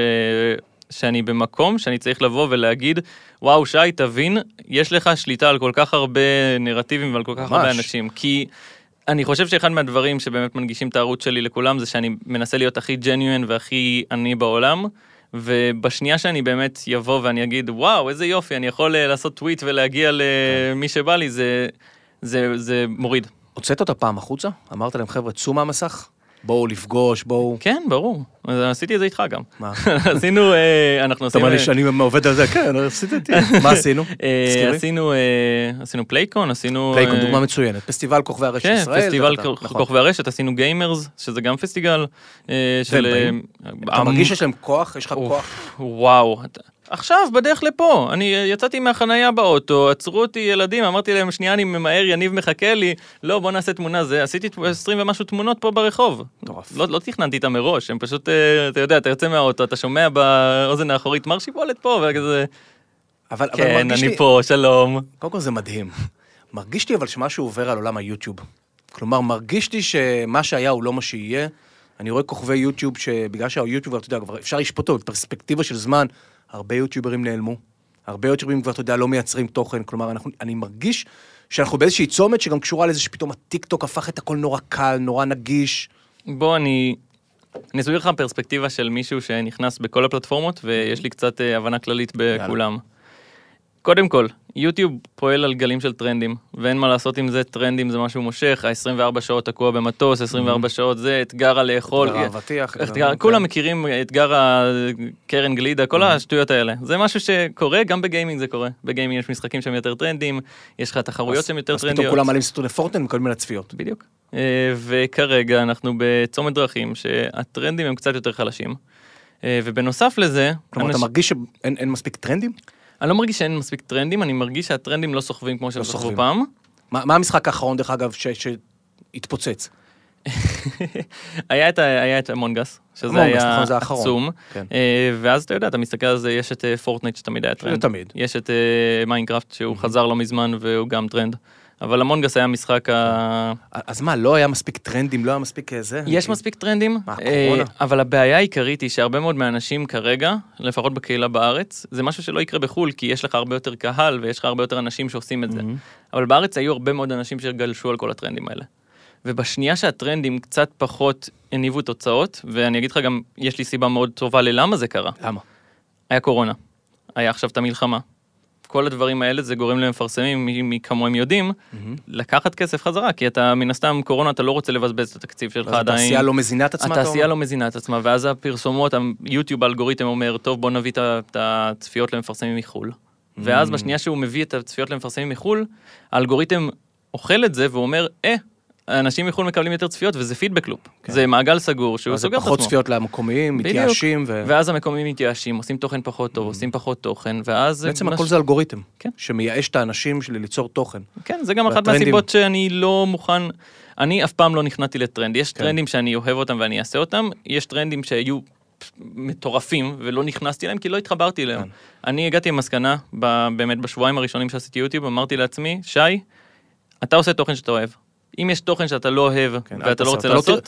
S3: שאני במקום שאני צריך לבוא ולהגיד, וואו, שי, תבין, יש לך שליטה על כל כך הרבה נרטיבים ועל כל כך
S2: ממש.
S3: הרבה אנשים. כי אני חושב שאחד מהדברים שבאמת מנגישים את הערוץ שלי לכולם, זה שאני מנסה להיות הכי ג'ניואן והכי אני בעולם. ובשנייה שאני באמת יבוא ואני אגיד, וואו, איזה יופי, אני יכול אה, לעשות טוויט ולהגיע
S2: כן.
S3: למי שבא לי, זה, זה, זה מוריד.
S2: הוצאת אותה פעם החוצה? אמרת להם, חבר'ה, צאו מהמסך, בואו לפגוש, בואו...
S3: כן, ברור. אז עשיתי את זה איתך גם.
S2: מה?
S3: עשינו, אה, אנחנו
S2: אתה
S3: עשינו...
S2: אומר לי שאני עובד על זה, כן, עשית אותי. מה עשינו?
S3: אה,
S2: תזכיר לי.
S3: עשינו, אה, עשינו פלייקון, עשינו...
S2: פלייקון,
S3: אה,
S2: דוגמה מצוינת. פסטיבל כוכבי הרשת
S3: כן,
S2: ישראל.
S3: פסטיבל
S2: אתה-
S3: כ-
S2: נכון.
S3: כוכבי הרשת, עשינו גיימרס, שזה גם פסטיגל אה, של...
S2: באים?
S3: אה,
S2: אתה
S3: המ-
S2: מרגיש שיש להם כוח? יש לך
S3: אוף,
S2: כוח?
S3: וואו. אתה- עכשיו, בדרך לפה, אני אה, יצאתי מהחנייה באוטו, עצרו אותי ילדים, אמרתי להם, שנייה, אני ממהר, יניב מחכה לי, לא, בוא נעשה תמונה זה, עשיתי תמ- 20 ומשהו תמונות פה ברחוב.
S2: מטורף.
S3: לא, לא תכננתי אותם מראש, הם פשוט, אה, אתה יודע, אתה יוצא מהאוטו, אתה שומע באוזן האחורית, מר שיבולת פה, וכזה,
S2: אבל אבל
S3: כן,
S2: מרגיש
S3: אני
S2: לי...
S3: פה, שלום.
S2: קודם כל זה מדהים. מרגיש לי אבל שמשהו עובר על עולם היוטיוב. כלומר, מרגיש לי שמה שהיה הוא לא מה שיהיה. אני רואה כוכבי יוטיוב שבגלל שהיוטיוב, אתה יודע, כבר אפשר לשפוט אותו בפרספקטיבה של זמן, הרבה יוטיוברים נעלמו. הרבה יוטיוברים כבר, אתה יודע, לא מייצרים תוכן. כלומר, אנחנו, אני מרגיש שאנחנו באיזושהי צומת שגם קשורה לזה שפתאום הטיקטוק הפך את הכל נורא קל, נורא נגיש.
S3: בוא, אני... אני אסביר לך פרספקטיבה של מישהו שנכנס בכל הפלטפורמות, ויש לי קצת אה, הבנה כללית בכולם. קודם כל, יוטיוב פועל על גלים של טרנדים, ואין מה לעשות עם זה, טרנדים זה משהו מושך, ה-24 שעות תקוע במטוס, 24 שעות זה, אתגר הלאכול,
S2: Mm-hmm. אתגר האבטיח,
S3: אתגר-
S2: כן. Mm-hmm.
S3: כולם מכירים אתגר הקרן גלידה, כל השטויות האלה. זה משהו שקורה, גם בגיימינג זה קורה. בגיימינג יש משחקים שהם יותר טרנדים, יש לך תחרויות שהן יותר
S2: אז פתאום
S3: טרנדיות.
S2: כולם מעלים סרטוני פורטנט ומקבלים על הצפיות.
S3: בדיוק. אה, וכרגע אנחנו בצומת דרכים שהטרנדים הם קצת יותר חלשים. אה, ובנוסף לזה,
S2: כלומר, אתה
S3: אנש-
S2: מרגיש שאין אין מספיק טרנדים?
S3: אני לא מרגיש שאין מספיק טרנדים, אני מרגיש שהטרנדים לא סוחבים כמו שהם סחבו
S2: סוחבים.
S3: פעם.
S2: מה מה המשחק האחרון, דרך אגב, ש- שהתפוצץ?
S3: היה את, ה- היה את אמונגס, שזה
S2: Among Us,
S3: היה
S2: נכון, זה האחרון.
S3: עצום,
S2: כן.
S3: אה, ואז אתה יודע, אתה מסתכל על זה, יש את אה, פורטנייט שתמיד היה טרנד,
S2: תמיד.
S3: יש את אה, מיינקראפט
S2: Mhm.
S3: שהוא חזר לא מזמן והוא גם טרנד, אבל אמונגס היה משחק ה...
S2: אז מה, לא היה מספיק טרנדים, לא היה מספיק אה, זה?
S3: יש מספיק טרנדים,
S2: מה,
S3: אה,
S2: קורונה?
S3: אבל הבעיה העיקרית היא שהרבה מאוד מהאנשים כרגע, לפחות בקהילה בארץ, זה משהו שלא יקרה בחו"ל, כי יש לך הרבה יותר קהל ויש לך הרבה יותר אנשים שעושים את זה. אבל בארץ היו הרבה מאוד אנשים שגלשו על כל הטרנדים האלה. ובשנייה שהטרנדים קצת פחות הניבו תוצאות, ואני אגיד לך גם, יש לי סיבה מאוד טובה ללמה זה קרה.
S2: למה?
S3: היה קורונה, היה עכשיו את המלחמה. כל הדברים האלה זה גורם למפרסמים, מי מי כמוהם יודעים, לקחת כסף חזרה, כי אתה מן הסתם קורונה, אתה לא רוצה לבזבז את התקציב שלך
S2: אז
S3: עדיין.
S2: התעשייה לא מזינה את עצמה, אתה אומר?
S3: התעשייה לא מזינה את עצמה, ואז הפרסומות, היוטיוב האלגוריתם אומר, טוב בוא נביא את ה- את הצפיות למפרסמים מחו"ל. ואז
S2: Mm.
S3: בשנייה שהוא מביא את הצפיות למפרסמים מחו"ל, האלגוריתם אוכל את זה ואומר, אה, אנשים מחו"ל מקבלים יותר צפיות וזה פידבק לופ. זה מעגל סגור שהוא
S2: כן. אז זה
S3: סוגר את עצמו.
S2: פחות צפיות למקומיים,
S3: בדיוק.
S2: מתייאשים, ו... Mm.
S3: ואז המקומיים מתייאשים, עושים תוכן פחות טוב, עושים פחות תוכן, ואז...
S2: בעצם
S3: מה
S2: הכל
S3: ש-
S2: זה אלגוריתם,
S3: כן.
S2: שמייאש את האנשים שלי ליצור תוכן.
S3: כן, זה גם אחת
S2: והטרנדים.
S3: מהסיבות שאני לא מוכן, אני אף פעם לא נכנעתי לטרנד. יש
S2: כן.
S3: טרנדים שאני אוהב אותם ואני אעשה אותם, יש טרנדים שהיו מטורפים ולא נכנסתי אליהם כי לא התחברתי
S2: כן.
S3: אליהם. אני הגעתי למסקנה, ב- באמת בשבועיים הראשונים שעשיתי יוטיוב, אמרתי לעצמי, שי, אתה עושה תוכן שאתה אוהב. אם יש תוכן שאתה לא אוהב
S2: אל
S3: ואתה
S2: תעשה,
S3: לא רוצה
S2: אתה לא
S3: לעשות,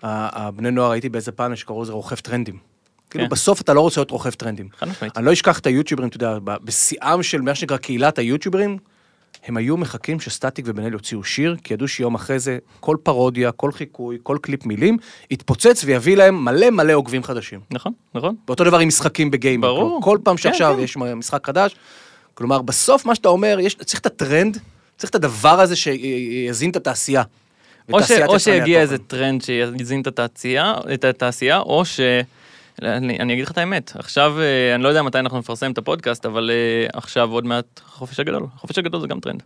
S2: תראה- ה- הבני נוער הייתי באיזה פאנל שקראו לזה רוכב טרנדים. כאילו
S3: כן.
S2: בסוף אתה לא רוצה להיות רוכב טרנדים.
S3: חד משמעית.
S2: אני לא אשכח את היוטיוברים, אתה יודע, ב- בשיאם של מה שנקרא קהילת היוטיוברים, הם היו מחכים שסטטיק ובן אל יוציאו שיר, כי ידעו שיום אחרי זה כל פרודיה, כל חיקוי, כל קליפ מילים, יתפוצץ ויביא להם מלא מלא עוקבים חדשים.
S3: נכון, נכון.
S2: ואותו דבר עם משחקים בגיימינג.
S3: ברור.
S2: כלומר, כל פעם
S3: כן,
S2: שעכשיו
S3: כן.
S2: יש משחק חדש, כלומר, בסוף מה שאתה אומר, יש, צריך את הטרנד, צריך את הדבר הזה שיזין את התעשייה.
S3: או, ש,
S2: ותעשיית
S3: או
S2: יצרני
S3: שיגיע
S2: התוכן.
S3: איזה טרנד שיזין את התעשייה, את התעשייה או ש... אני, אני אגיד לך את האמת, עכשיו, אה, אני לא יודע מתי אנחנו נפרסם את הפודקאסט, אבל אה, עכשיו עוד מעט חופש הגדול. חופש הגדול זה גם טרנד.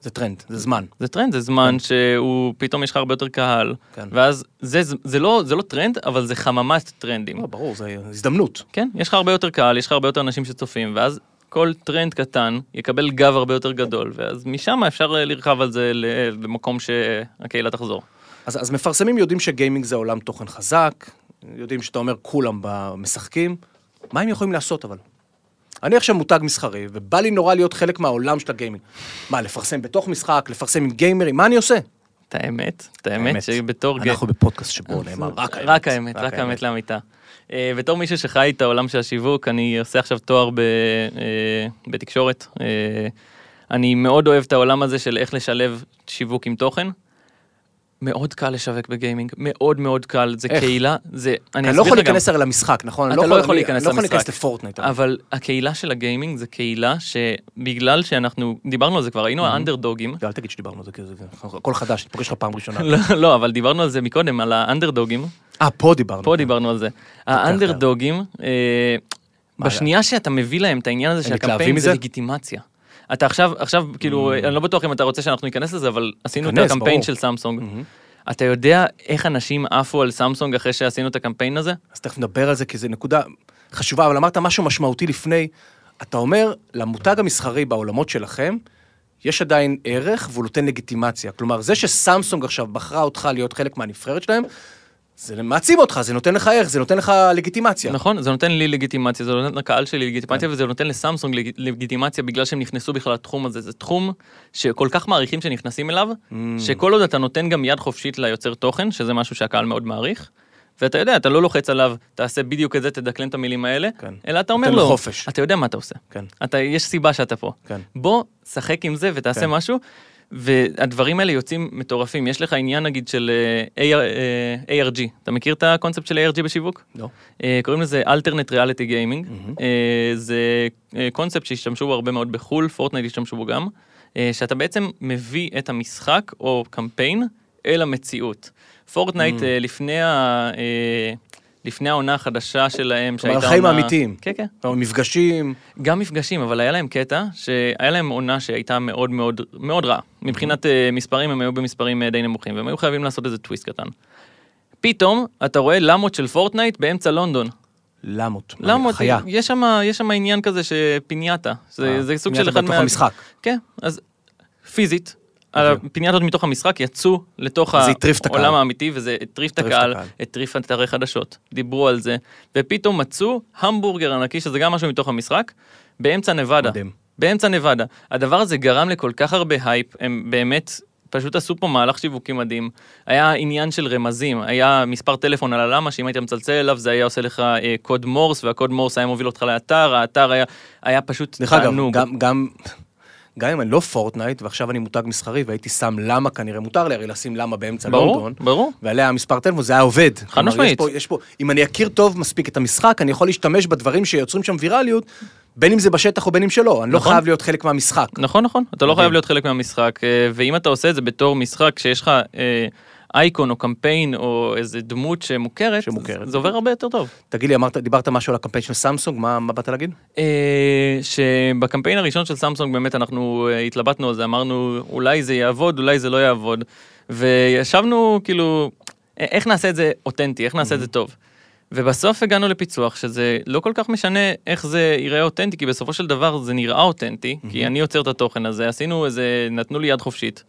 S2: זה טרנד, זה זמן.
S3: זה טרנד, זה זמן שהוא, פתאום יש לך הרבה יותר קהל,
S2: כן.
S3: ואז זה, זה, זה, לא, זה לא טרנד, אבל זה חממת טרנדים.
S2: לא, ברור, זה הזדמנות.
S3: כן, יש לך הרבה יותר קהל, יש לך הרבה יותר אנשים שצופים, ואז כל טרנד קטן יקבל גב הרבה יותר גדול, ואז משם אפשר אה, לרכב על זה ל- למקום שהקהילה תחזור.
S2: אז, אז מפרסמים יודעים שגיימינג זה עולם תוכן חזק, יודעים שאתה אומר כולם ב- משחקים, מה הם יכולים לעשות אבל? אני עכשיו מותג מסחרי, ובא לי נורא להיות חלק מהעולם של הגיימינג. מה, לפרסם בתוך משחק, לפרסם עם גיימרים, מה אני עושה?
S3: את האמת, את האמת שבתור גט.
S2: אנחנו בפודקאסט שבו נאמר רק האמת.
S3: אה, רק האמת, רק האמת לאמיתה. אה, בתור מישהו שחי את העולם של השיווק, אני עושה עכשיו תואר ב- אה, בתקשורת. אה, אני מאוד אוהב את העולם הזה של איך לשלב שיווק עם תוכן. מאוד קל לשווק בגיימינג, מאוד מאוד קל, זה
S2: איך?
S3: קהילה, זה... אני
S2: אני לא
S3: אסביר
S2: יכול
S3: לך גם.
S2: להיכנס הרי למשחק, נכון? אני
S3: אתה לא יכול
S2: אני-
S3: להיכנס
S2: אני לא יכול
S3: למשחק.
S2: להיכנס לפורטנייט. אבל.
S3: אבל הקהילה של הגיימינג זה קהילה שבגלל שאנחנו דיברנו על זה כבר, היינו האנדרדוגים,
S2: אל תגיד שדיברנו על זה, כי זה- זה הכל חדש, אני פוגש לך פעם ראשונה.
S3: לא, לא, אבל דיברנו על זה מקודם, על האנדרדוגים,
S2: אה, פה דיברנו.
S3: פה דיברנו על זה. האנדרדוגים, אה, בשנייה שאתה מביא להם את העניין הזה של
S2: מתלהבים
S3: הקמפיין, זה
S2: מזה? Mm.
S3: לגיטימציה. אתה עכשיו, עכשיו, כאילו, אני לא בטוח אם אתה רוצה שאנחנו ניכנס לזה, אבל עשינו את
S2: ניכנס,
S3: הקמפיין
S2: ברור. Mm-hmm.
S3: של סמסונג. אתה יודע איך אנשים עפו על סמסונג אחרי שעשינו את הקמפיין הזה?
S2: אז תכף נדבר על זה, כי זו נקודה חשובה, אבל אמרת משהו משמעותי לפני. אתה אומר, למותג המסחרי בעולמות שלכם, יש עדיין ערך והוא נותן לגיטימציה. כלומר, זה שסמסונג עכשיו בחרה אותך להיות חלק מהנבחרת שלהם, זה מעצים אותך, זה נותן לך ערך, זה נותן לך לגיטימציה. כן.
S3: נכון, זה נותן לי לגיטימציה, זה נותן לקהל שלי לגיטימציה, וזה נותן לסמסונג לג- לגיטימציה בגלל שהם נכנסו בכלל לתחום הזה. זה תחום שכל כך מעריכים שנכנסים אליו,
S2: Mm.
S3: שכל עוד אתה נותן גם יד חופשית ליוצר תוכן, שזה משהו שהקהל מאוד מעריך, ואתה יודע, אתה לא לוחץ עליו, תעשה בדיוק את זה, תדקלם את המילים האלה,
S2: כן.
S3: אלא אתה אומר
S2: נותן לו
S3: לו,
S2: חופש.
S3: אתה יודע מה אתה עושה.
S2: כן.
S3: אתה, יש סיבה שאתה פה.
S2: כן.
S3: בוא, שחק עם זה ותעשה
S2: כן.
S3: משהו. והדברים האלה יוצאים מטורפים. יש לך עניין נגיד של אה, AR, אה, ARG, אתה מכיר את הקונספט של ARG בשיווק?
S2: לא.
S3: אה, קוראים לזה אלטרנט ריאליטי גיימינג. זה אה, קונספט שהשתמשו בו הרבה מאוד בחו"ל, פורטנייט השתמשו בו גם, אה, שאתה בעצם מביא את המשחק או קמפיין אל המציאות. פורטנייט אה, לפני ה... אה, לפני העונה החדשה שלהם, שהייתה
S2: החיים
S3: עונה-
S2: האמיתיים.
S3: כן, כן.
S2: כלומר, מפגשים,
S3: גם מפגשים, אבל היה להם קטע, שהיה להם עונה שהייתה מאוד מאוד מאוד רעה. מבחינת uh, מספרים, הם היו במספרים אה, די נמוכים, והם היו חייבים לעשות איזה טוויסט קטן. פתאום, אתה רואה למות של פורטנייט באמצע לונדון.
S2: למות.
S3: למה?
S2: חיה. אה,
S3: יש שם- יש שם עניין כזה שפינייתה, זה זה סוג של
S2: פינייתה
S3: אחד
S2: בתוך המשחק. אוקיי.
S3: כן, אז פיזית, הפינייתות מתוך המשחק יצאו לתוך
S2: זה הטריף את הקהל.
S3: העולם האמיתי, וזה
S2: הטריף
S3: הטריף את
S2: את
S3: הקהל,
S2: הקהל.
S3: הטריף אתרי חדשות, דיברו על זה, ופתאום מצאו המבורגר ענקי, שזה גם משהו מתוך המשחק, באמצע נבדה.
S2: מדהים.
S3: באמצע נבדה. הדבר הזה גרם לכל כך הרבה הייפ, הם באמת... פשוט עשו פה מהלך שיווקי מדהים, היה עניין של רמזים, היה מספר טלפון על הלמה שאם היית מצלצל אליו זה היה עושה לך אה, קוד מורס והקוד מורס היה מוביל אותך לאתר, האתר היה, היה פשוט
S2: דרך אגב,
S3: תענוג.
S2: גם, גם, גם אם אני לא פורטנייט ועכשיו אני מותג מסחרי והייתי שם למה כנראה, מותר לי הרי לשים למה באמצע
S3: ברור,
S2: לונדון.
S3: ברור.
S2: ועליה המספר טלפון, זה היה עובד. כלומר,
S3: משמעית.
S2: יש פה, יש פה, אם אני אכיר טוב מספיק את המשחק, אני יכול להשתמש בדברים שיוצרים שם ויראליות, בין אם זה בשטח או בין אם שלא, אני לא
S3: נכון.
S2: חייב להיות חלק מהמשחק.
S3: נכון, נכון, אתה לא חייב להיות חלק מהמשחק, אה, ואם אתה עושה את זה בתור משחק שיש לך אה, אייקון או קמפיין או איזה דמות שמוכרת,
S2: שמוכרת.
S3: זה עובר הרבה יותר טוב.
S2: תגיד לי, אמרת, דיברת משהו על הקמפיין של סמסונג, מה, מה באת להגיד?
S3: אה, שבקמפיין הראשון של סמסונג באמת אנחנו אה, התלבטנו על זה, אמרנו אולי זה יעבוד, אולי זה לא יעבוד, וישבנו כאילו, א- איך נעשה את זה אותנטי, איך נעשה את זה טוב. ובסוף הגענו לפיצוח שזה לא כל כך משנה איך זה ייראה אותנטי, כי בסופו של דבר זה נראה אותנטי, כי אני יוצר את התוכן הזה, עשינו איזה, נתנו לי יד חופשית.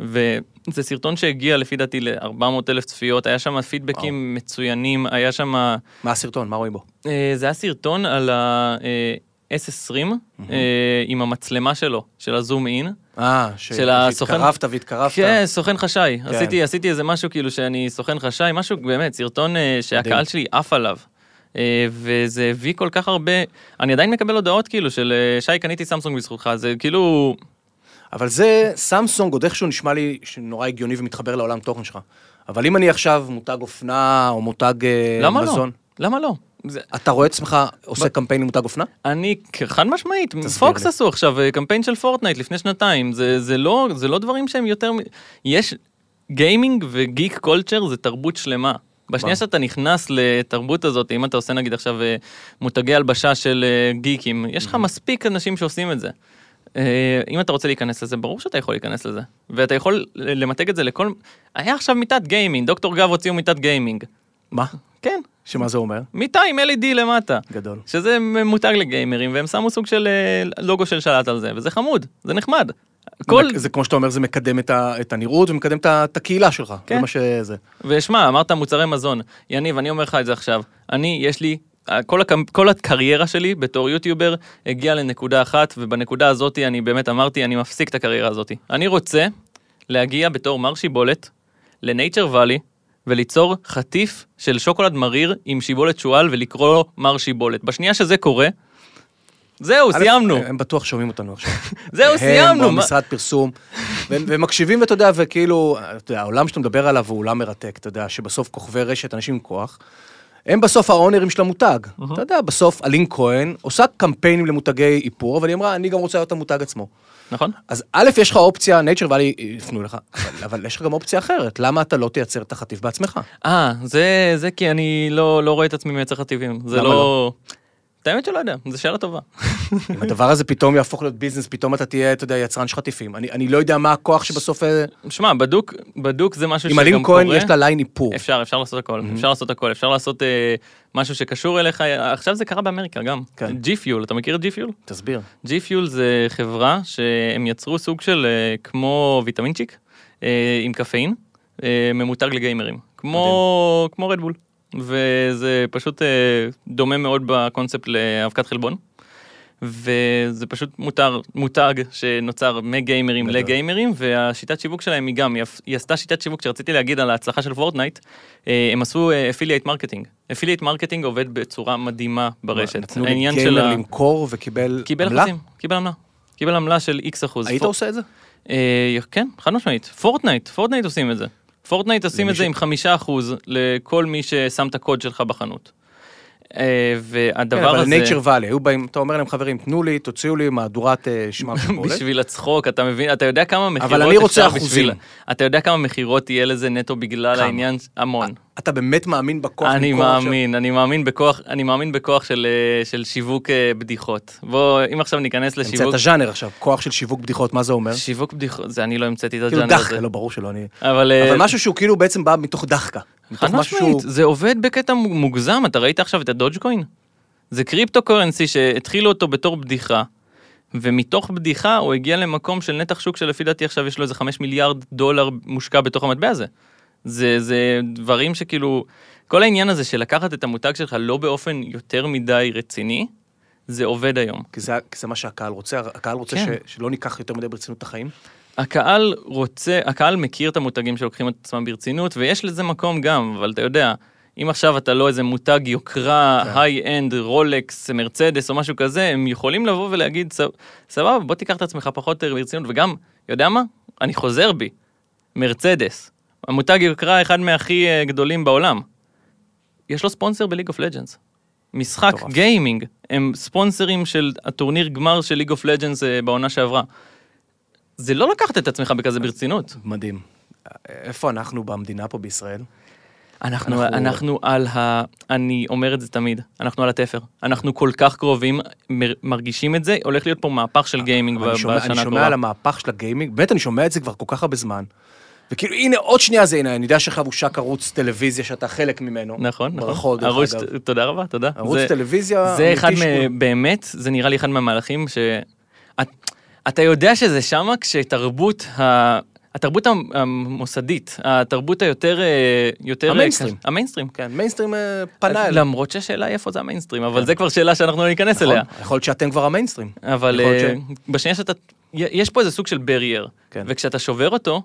S3: וזה סרטון שהגיע לפי דעתי ל-400 אלף צפיות, היה שם פידבקים מצוינים, היה שם...
S2: מה הסרטון, מה רואים בו?
S3: אה, זה היה סרטון על ה-S20 אה, עם המצלמה שלו, של הזום אין.
S2: אה, ש...
S3: של הסוכן.
S2: שהתקרבת והתקרבת.
S3: כן, סוכן חשאי.
S2: כן.
S3: עשיתי, עשיתי איזה משהו כאילו שאני סוכן חשאי, משהו באמת, סרטון אה,
S2: מדהים.
S3: שהקהל שלי עף עליו. אה, וזה הביא כל כך הרבה, אני עדיין מקבל הודעות כאילו של אה, שי קניתי סמסונג בזכותך, זה כאילו,
S2: אבל זה, סמסונג עוד איכשהו נשמע לי שנורא הגיוני ומתחבר לעולם תוכן שלך. אבל אם אני עכשיו מותג אופנה או מותג אה,
S3: למה לא?
S2: מזון,
S3: למה לא? זה-
S2: אתה רואה את עצמך עושה קמפיין למותג אופנה?
S3: אני חד משמעית,
S2: תסביר
S3: פוקס
S2: לי.
S3: עשו עכשיו אה, קמפיין של פורטנייט לפני שנתיים, זה, זה, לא, זה לא דברים שהם יותר, מ- יש גיימינג וגיק קולצ'ר זה תרבות שלמה. בשנייה שאתה נכנס לתרבות הזאת, אם אתה עושה נגיד עכשיו אה, מותגי הלבשה של אה, גיקים, יש לך מספיק אנשים שעושים את זה. אה, אם אתה רוצה להיכנס לזה, ברור שאתה יכול להיכנס לזה. ואתה יכול למתג את זה לכל... היה עכשיו מיטת גיימינג, דוקטור גב הוציאו מיטת גיימינג.
S2: מה?
S3: כן,
S2: שמה זה אומר?
S3: מיטה עם LED למטה.
S2: גדול.
S3: שזה מותג לגיימרים, והם שמו סוג של אה, לוגו של שלט על זה, וזה חמוד, זה נחמד. כל...
S2: זה כמו שאתה אומר, זה מקדם את, ה, את הנראות ומקדם את, ה, את הקהילה שלך.
S3: כן.
S2: זה מה שזה.
S3: ושמע, אמרת מוצרי מזון. יניב, אני אומר לך את זה עכשיו. אני, יש לי... אה, כל, הקמ... כל הקריירה שלי בתור יוטיובר הגיעה לנקודה אחת, ובנקודה הזאת אני באמת אמרתי, אני מפסיק את הקריירה הזאת. אני רוצה להגיע בתור מר שיבולת לנייצ'ר וואלי, וליצור חטיף של שוקולד מריר עם שיבולת שועל, ולקרוא לו מר שיבולת. בשנייה שזה קורה, זהו, סיימנו.
S2: הם בטוח שומעים אותנו עכשיו.
S3: זהו, סיימנו.
S2: הם
S3: מה-
S2: במשרד פרסום, והם והם מקשיבים, ואתה יודע, וכאילו, אתה יודע, העולם שאתה מדבר עליו הוא עולם מרתק, אתה יודע, שבסוף כוכבי רשת, אנשים עם כוח, הם בסוף האונרים של המותג. אתה יודע, בסוף אלין כהן עושה קמפיינים למותגי איפור, אבל היא אמרה, אני גם רוצה להיות המותג עצמו.
S3: נכון?
S2: אז א', יש לך אופציה, nature valley יפנו לך, אבל- אבל יש לך גם אופציה אחרת, למה אתה לא תייצר את החטיף בעצמך?
S3: אה, זה, זה כי אני לא, לא רואה את עצמי מייצר חטיבים. זה
S2: למה
S3: לא...
S2: לא?
S3: את האמת שלא יודע, זו שאלה טובה.
S2: אם הדבר הזה פתאום יהפוך להיות ביזנס, פתאום אתה תהיה, אתה יודע, יצרן של חטיפים. אני אני לא יודע מה הכוח שבסוף... אה,
S3: שמע, בדוק, בדוק זה משהו
S2: אם
S3: שגם קורה.
S2: אלין כהן יש לה ליין איפור.
S3: אפשר, אפשר לעשות הכל, אפשר לעשות הכל, אפשר לעשות אה, משהו שקשור אליך. עכשיו זה קרה באמריקה גם.
S2: כן.
S3: ג'י פיול, אתה מכיר את ג'י פיול?
S2: תסביר.
S3: ג'י פיול זה חברה שהם יצרו סוג של אה, כמו ויטמינצ'יק אה, עם קפאין, אה, ממותג לגיימרים, כמו, כמו רדבול. וזה פשוט אה, דומה מאוד בקונספט לאבקת חלבון. וזה פשוט מותר, מותג שנוצר מגיימרים
S2: גדול.
S3: לגיימרים, והשיטת שיווק שלהם היא גם, היא עפ- היא עשתה שיטת שיווק שרציתי להגיד על ההצלחה של פורטנייט, אה, הם עשו אפילייט מרקטינג. אפילייט מרקטינג עובד בצורה מדהימה ברשת.
S2: נתנו
S3: העניין
S2: לגיימר
S3: של ה-
S2: למכור וקיבל
S3: קיבל
S2: עמלה?
S3: אחוזים, קיבל עמלה. קיבל עמלה של איקס אחוז.
S2: היית
S3: פור-
S2: עושה את זה?
S3: אה, כן, חד משמעית. פורטנייט, פורטנייט עושים את זה. פורטנייט עושים
S2: למי
S3: את זה
S2: ש-
S3: עם חמישה אחוז לכל מי ששם את הקוד שלך בחנות. אה,
S2: כן,
S3: והדבר
S2: אבל
S3: הזה,
S2: nature valley, היו באים, אתה אומר להם, חברים, תנו לי, תוציאו לי מהדורת אה, שמם שמולת.
S3: בשביל הצחוק, אתה מבין, אתה יודע כמה מכירות
S2: אני רוצה
S3: אפשר בשביל-
S2: אחוזים.
S3: אתה יודע כמה מכירות יהיה לזה נטו בגלל
S2: כמה?
S3: העניין? המון.
S2: אתה באמת מאמין בכוח
S3: אני
S2: למכור עכשיו?
S3: מאמין, אני מאמין בכוח, אני מאמין בכוח של אה, של שיווק אה, בדיחות. בוא, אם עכשיו ניכנס לשיווק,
S2: המצאת ז'אנר עכשיו, כוח של שיווק בדיחות, מה זה אומר?
S3: שיווק בדיחות, זה אני לא המצאתי את
S2: כאילו
S3: הז'אנר הזה.
S2: דחקה, לא, ברור שלא, אני...
S3: אבל אה,
S2: אבל משהו שהוא כאילו בעצם בא מתוך דחקה.
S3: חד
S2: מתוך משהו
S3: משמעית,
S2: שהוא...
S3: זה עובד בקטע מוגזם, אתה ראית עכשיו את הדודג'קוין? זה קריפטו קורנסי שהתחילו אותו בתור בדיחה, ומתוך בדיחה הוא הגיע למקום של נתח שוק שלפי דעתי עכשיו יש לו איזה 5 מיליארד דולר מושקע בתוך המטבע הזה. זה, זה דברים שכאילו, כל העניין הזה של לקחת את המותג שלך לא באופן יותר מדי רציני, זה עובד היום.
S2: כי זה, כי זה מה שהקהל רוצה, הקהל רוצה
S3: כן.
S2: ש, שלא ניקח יותר מדי ברצינות את החיים.
S3: הקהל רוצה, הקהל מכיר את המותגים שלוקחים את עצמם ברצינות, ויש לזה מקום גם, אבל אתה יודע, אם עכשיו אתה לא איזה מותג יוקרה,
S2: כן.
S3: היי-אנד, רולקס, מרצדס או משהו כזה, הם יכולים לבוא ולהגיד, "סב- סבבה, בוא תיקח את עצמך פחות ברצינות, וגם, יודע מה? אני חוזר בי, מרצדס, המותג יוקרה אחד מהכי אה, גדולים בעולם. יש לו ספונסר בליג אוף לג'אנס. משחק
S2: מטורף.
S3: גיימינג, הם ספונסרים של הטורניר גמר של ליג אוף לג'אנס אה, בעונה שעברה. זה לא לקחת את עצמך בכזה ברצינות.
S2: מדהים. אה, איפה אנחנו במדינה פה בישראל?
S3: אנחנו,
S2: אנחנו-
S3: אנחנו על ה... אני אומר את זה תמיד, אנחנו על התפר. אנחנו כל כך קרובים, מר- מרגישים את זה, הולך להיות פה מהפך של גיימינג ב-
S2: אה, אבל אני שומע,
S3: בשנה
S2: אני
S3: הקרובה.
S2: שומע על המהפך של הגיימינג, באמת, אני שומע את זה כבר כל כך הרבה זמן. וכאילו, הנה, עוד שנייה זה, הנה, אני יודע שלך הושק ערוץ טלוויזיה שאתה חלק ממנו.
S3: נכון,
S2: ברכות,
S3: נכון.
S2: דרך
S3: ערוץ,
S2: אגב.
S3: תודה רבה, תודה.
S2: ערוץ
S3: זה-
S2: טלוויזיה...
S3: זה אחד,
S2: אמיתי שהוא-
S3: מ... באמת, זה נראה לי אחד מהמהלכים ש... את- אתה יודע שזה שמה כשתרבות ה... התרבות המ- המוסדית, התרבות היותר... אה, יותר
S2: המיינסטרים.
S3: המיינסטרים, כן.
S2: כן, מיינסטרים אה, פנה אליו.
S3: למרות שהשאלה היא איפה זה המיינסטרים, אבל זה כבר שאלה שאנחנו לא ניכנס אליה.
S2: נכון, יכול להיות שאתם כבר המיינסטרים.
S3: אבל
S2: יכול
S3: אה,
S2: להיות
S3: בשנייה שאתה, יש פה איזה סוג של ברייר,
S2: כן.
S3: וכשאתה שובר אותו,